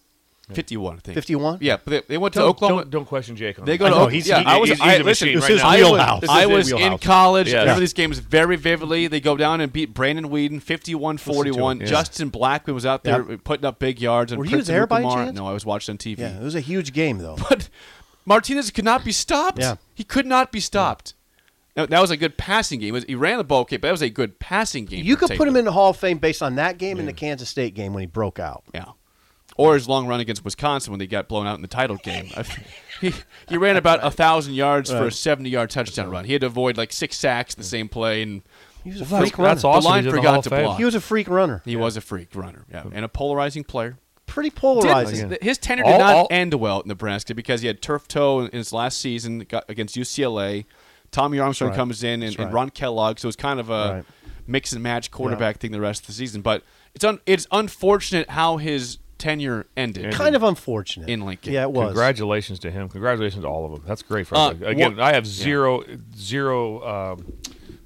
[SPEAKER 1] 51, I think.
[SPEAKER 3] 51?
[SPEAKER 1] Yeah, but they, they went to
[SPEAKER 2] Don't-
[SPEAKER 1] Oklahoma.
[SPEAKER 2] Don't, don't question Jake on
[SPEAKER 1] They
[SPEAKER 2] that.
[SPEAKER 1] go to
[SPEAKER 3] know,
[SPEAKER 1] Oklahoma.
[SPEAKER 3] he's-
[SPEAKER 1] yeah,
[SPEAKER 3] he-
[SPEAKER 1] I was.
[SPEAKER 2] he's-
[SPEAKER 1] I,
[SPEAKER 2] he's a
[SPEAKER 1] listen,
[SPEAKER 2] machine
[SPEAKER 3] This
[SPEAKER 2] right
[SPEAKER 3] is
[SPEAKER 2] now.
[SPEAKER 1] I was,
[SPEAKER 3] wheelhouse. This is
[SPEAKER 1] I
[SPEAKER 3] his
[SPEAKER 1] was in
[SPEAKER 3] wheelhouse.
[SPEAKER 1] college.
[SPEAKER 2] Yeah.
[SPEAKER 1] Remember these games very vividly. They go down and beat Brandon Whedon 51 41.
[SPEAKER 2] yeah.
[SPEAKER 1] Justin Blackman was out there
[SPEAKER 3] Yeah.
[SPEAKER 1] putting up big yards. And
[SPEAKER 3] Were you
[SPEAKER 1] Princeton
[SPEAKER 3] there by
[SPEAKER 1] Ukamara-
[SPEAKER 3] chance?
[SPEAKER 1] No, I was watching on TV.
[SPEAKER 3] Yeah, it was a huge game though.
[SPEAKER 1] But Martinez could not be stopped.
[SPEAKER 3] Yeah.
[SPEAKER 1] He could not be stopped. Now, that was a good passing game. It was- He ran the ball okay, but that was a good passing game.
[SPEAKER 3] You
[SPEAKER 1] for
[SPEAKER 3] could put him
[SPEAKER 1] Taylor.
[SPEAKER 3] in the Hall of Fame based on that game and the Kansas State game when he broke out.
[SPEAKER 1] Yeah. Or his long run against Wisconsin when they got blown out in the title game. he, he ran about a 1,000 yards for a 70 yard touchdown run. He had to avoid like six sacks in the same play, and
[SPEAKER 3] He was a
[SPEAKER 2] Well,
[SPEAKER 3] freak
[SPEAKER 2] that's- that's
[SPEAKER 3] runner.
[SPEAKER 1] the
[SPEAKER 2] awesome.
[SPEAKER 1] line
[SPEAKER 2] He's in the Hall
[SPEAKER 1] forgot
[SPEAKER 2] of
[SPEAKER 1] to
[SPEAKER 2] Fame.
[SPEAKER 1] block.
[SPEAKER 3] He was a freak runner.
[SPEAKER 1] He was a freak runner, yeah, and a polarizing player.
[SPEAKER 3] Pretty
[SPEAKER 1] Did,
[SPEAKER 3] polarizing.
[SPEAKER 1] his, his tenure did
[SPEAKER 2] All-
[SPEAKER 1] not
[SPEAKER 2] all-
[SPEAKER 1] end well at Nebraska because he had turf toe in his last season got, against UCLA. Tommy Armstrong
[SPEAKER 3] right.
[SPEAKER 1] comes in and,
[SPEAKER 3] That's right.
[SPEAKER 1] and Ron Kellogg, so it's kind of a
[SPEAKER 3] Right.
[SPEAKER 1] mix and match quarterback thing the rest of the season. But it's un, it's unfortunate how his tenure ended.
[SPEAKER 3] Kind of unfortunate.
[SPEAKER 1] In Lincoln.
[SPEAKER 3] Yeah, it was.
[SPEAKER 2] Congratulations to him. Congratulations to all of them. That's great for
[SPEAKER 1] Uh,
[SPEAKER 2] us. Again,
[SPEAKER 1] what-
[SPEAKER 2] I have zero, zero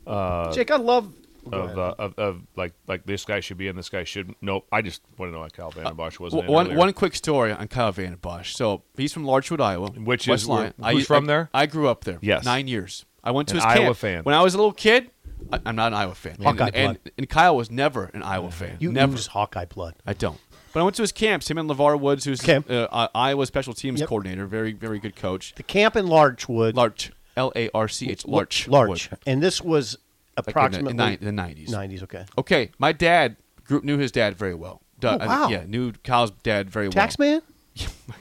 [SPEAKER 2] um,
[SPEAKER 3] Jake, I love. Go
[SPEAKER 2] of,
[SPEAKER 3] ahead.
[SPEAKER 2] uh, of of like like this guy should be and this guy shouldn't. Nope. I just want to know why Cal Vandenbosch wasn't. in
[SPEAKER 1] One
[SPEAKER 2] earlier.
[SPEAKER 1] one quick story on Kyle Van Bosch. So he's from Larchwood, Iowa,
[SPEAKER 2] Which is
[SPEAKER 1] West
[SPEAKER 2] where-
[SPEAKER 1] Lyon. I-
[SPEAKER 2] who's from
[SPEAKER 1] I-
[SPEAKER 2] there?
[SPEAKER 1] I grew up there.
[SPEAKER 2] Yes.
[SPEAKER 1] nine years. I went to
[SPEAKER 2] An
[SPEAKER 1] his
[SPEAKER 2] Iowa
[SPEAKER 1] camp.
[SPEAKER 2] fan.
[SPEAKER 1] When I was a little kid, I, I'm not an Iowa fan. And,
[SPEAKER 3] Hawkeye
[SPEAKER 1] and, and Kyle was never an Iowa fan.
[SPEAKER 3] you
[SPEAKER 1] never.
[SPEAKER 3] use Hawkeye blood.
[SPEAKER 1] I don't. But I went to his camps. Him and Levar Woods, who's
[SPEAKER 3] Okay.
[SPEAKER 1] uh, uh, Iowa special teams
[SPEAKER 3] Yep.
[SPEAKER 1] coordinator, very very good coach.
[SPEAKER 3] The camp in Larchwood.
[SPEAKER 1] Larch, L A R C H, Larch,
[SPEAKER 3] Larch.
[SPEAKER 1] Wood.
[SPEAKER 3] And this was approximately
[SPEAKER 1] Like in the, in the ni- the 90s.
[SPEAKER 3] 90s, okay.
[SPEAKER 1] Okay, my dad group knew his dad very well. Du-
[SPEAKER 3] Oh,
[SPEAKER 1] I-
[SPEAKER 3] wow.
[SPEAKER 1] yeah, knew Kyle's dad very well.
[SPEAKER 3] Taxman?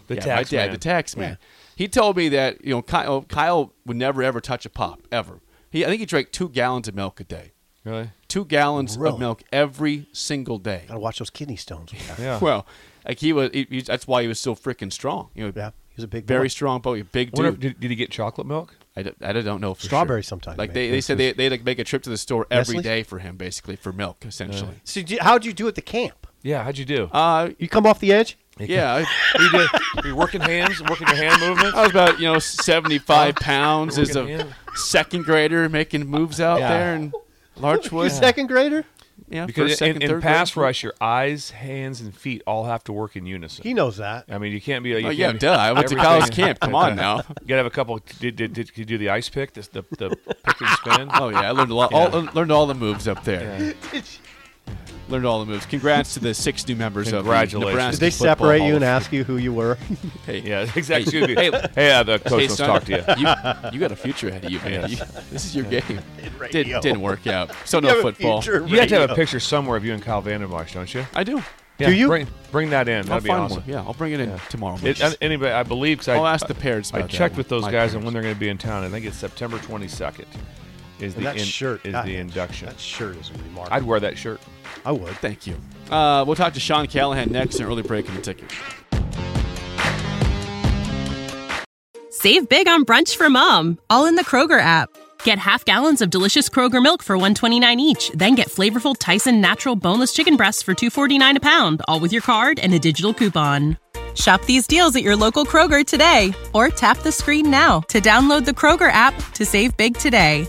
[SPEAKER 2] The
[SPEAKER 1] yeah,
[SPEAKER 2] tax
[SPEAKER 1] my dad,
[SPEAKER 2] man.
[SPEAKER 1] the tax man. He told me that you know Kyle, Kyle would never ever touch a pop ever. He, I think he drank two gallons of milk a day.
[SPEAKER 2] Really?
[SPEAKER 1] Two gallons
[SPEAKER 3] Really? Oh,
[SPEAKER 1] of milk every single day.
[SPEAKER 3] Gotta watch those kidney stones.
[SPEAKER 2] Yeah.
[SPEAKER 1] Well, like he was. He, he- that's why he was so freaking strong. You know,
[SPEAKER 3] Yeah, he was a big
[SPEAKER 1] very
[SPEAKER 3] boy.
[SPEAKER 1] strong boy, big
[SPEAKER 2] Wonder
[SPEAKER 1] dude.
[SPEAKER 2] if- did, did he get chocolate milk?
[SPEAKER 1] I, d- I don't know for sure.
[SPEAKER 3] Strawberry sometime,
[SPEAKER 1] Like
[SPEAKER 3] maybe.
[SPEAKER 1] they, they said they they like make a trip to the store every day
[SPEAKER 3] Nestle's?
[SPEAKER 1] for him basically for milk essentially.
[SPEAKER 3] So do- how'd you do at the camp?
[SPEAKER 2] Yeah. How'd you do?
[SPEAKER 1] Uh,
[SPEAKER 3] You come off the edge?
[SPEAKER 1] yeah, I,
[SPEAKER 2] you did, were you working hands, working your hand movements?
[SPEAKER 1] I was about you know seventy five pounds as
[SPEAKER 2] Working
[SPEAKER 1] a
[SPEAKER 2] in.
[SPEAKER 1] second grader making moves out
[SPEAKER 2] Yeah.
[SPEAKER 1] there in Larchwood.
[SPEAKER 3] You second grader?
[SPEAKER 1] Yeah,
[SPEAKER 2] Because
[SPEAKER 1] first,
[SPEAKER 2] in,
[SPEAKER 1] second,
[SPEAKER 2] in
[SPEAKER 1] third
[SPEAKER 2] pass
[SPEAKER 1] grade.
[SPEAKER 2] rush, your eyes, hands, and feet all have to work in unison.
[SPEAKER 3] He knows that.
[SPEAKER 2] I mean, you can't be. You
[SPEAKER 1] Oh
[SPEAKER 2] can't
[SPEAKER 1] yeah,
[SPEAKER 2] be-
[SPEAKER 1] duh. I went to
[SPEAKER 2] everything-
[SPEAKER 1] college camp. Come on now.
[SPEAKER 2] You gotta have a couple. Did, did, did, did you do the ice pick? This, the the pick and spin.
[SPEAKER 1] Oh yeah, I learned a lot. All, learned all the moves up there.
[SPEAKER 2] Yeah.
[SPEAKER 1] Learned all the moves. Congrats to the six new members of the
[SPEAKER 2] Congratulations.
[SPEAKER 1] Nebraska
[SPEAKER 3] Did they
[SPEAKER 1] Football
[SPEAKER 3] separate
[SPEAKER 1] Hall
[SPEAKER 3] you
[SPEAKER 1] of
[SPEAKER 3] and
[SPEAKER 1] Fame.
[SPEAKER 3] ask you who you were?
[SPEAKER 2] Yeah, exactly. Hey, hey, uh, the coach wants to
[SPEAKER 1] son,
[SPEAKER 2] talk to you.
[SPEAKER 1] you. You got a future ahead of you,
[SPEAKER 2] Yes.
[SPEAKER 1] man. You- this is your game. Did,
[SPEAKER 3] radio.
[SPEAKER 1] didn't work out. So
[SPEAKER 3] You
[SPEAKER 1] no
[SPEAKER 3] have a
[SPEAKER 1] football.
[SPEAKER 3] future
[SPEAKER 2] You have to have a
[SPEAKER 3] radio.
[SPEAKER 2] picture somewhere of you and Kyle Vandermarsh, don't you?
[SPEAKER 1] I do.
[SPEAKER 2] Yeah,
[SPEAKER 3] you?
[SPEAKER 2] Bring, bring that in. That'd
[SPEAKER 1] I'll
[SPEAKER 2] be
[SPEAKER 1] find
[SPEAKER 2] awesome.
[SPEAKER 1] one. Yeah, I'll bring it in tomorrow.
[SPEAKER 2] It,
[SPEAKER 1] Mitch.
[SPEAKER 2] and anybody, I believe, because
[SPEAKER 1] I'll
[SPEAKER 2] I,
[SPEAKER 1] ask the parents
[SPEAKER 2] I
[SPEAKER 1] about that
[SPEAKER 2] checked
[SPEAKER 1] one,
[SPEAKER 2] with those
[SPEAKER 1] my
[SPEAKER 2] guys on when they're going to be in town. I think it's September 22nd. Is
[SPEAKER 3] And
[SPEAKER 2] the
[SPEAKER 3] that
[SPEAKER 2] in-
[SPEAKER 3] shirt
[SPEAKER 2] is
[SPEAKER 3] God,
[SPEAKER 2] the
[SPEAKER 3] that-
[SPEAKER 2] induction?
[SPEAKER 3] That shirt is remarkable.
[SPEAKER 2] I'd wear that shirt.
[SPEAKER 3] I would.
[SPEAKER 1] Thank you. Uh, we'll talk to Sean Callahan next. An early break in the ticket.
[SPEAKER 9] Save big on brunch for mom, all in the Kroger app. Get half gallons of delicious Kroger milk for 129 each, then get flavorful Tyson natural boneless chicken breasts for 249 a pound, all with your card and a digital coupon. Shop these deals at your local Kroger today or tap the screen now to download the Kroger app to save big today.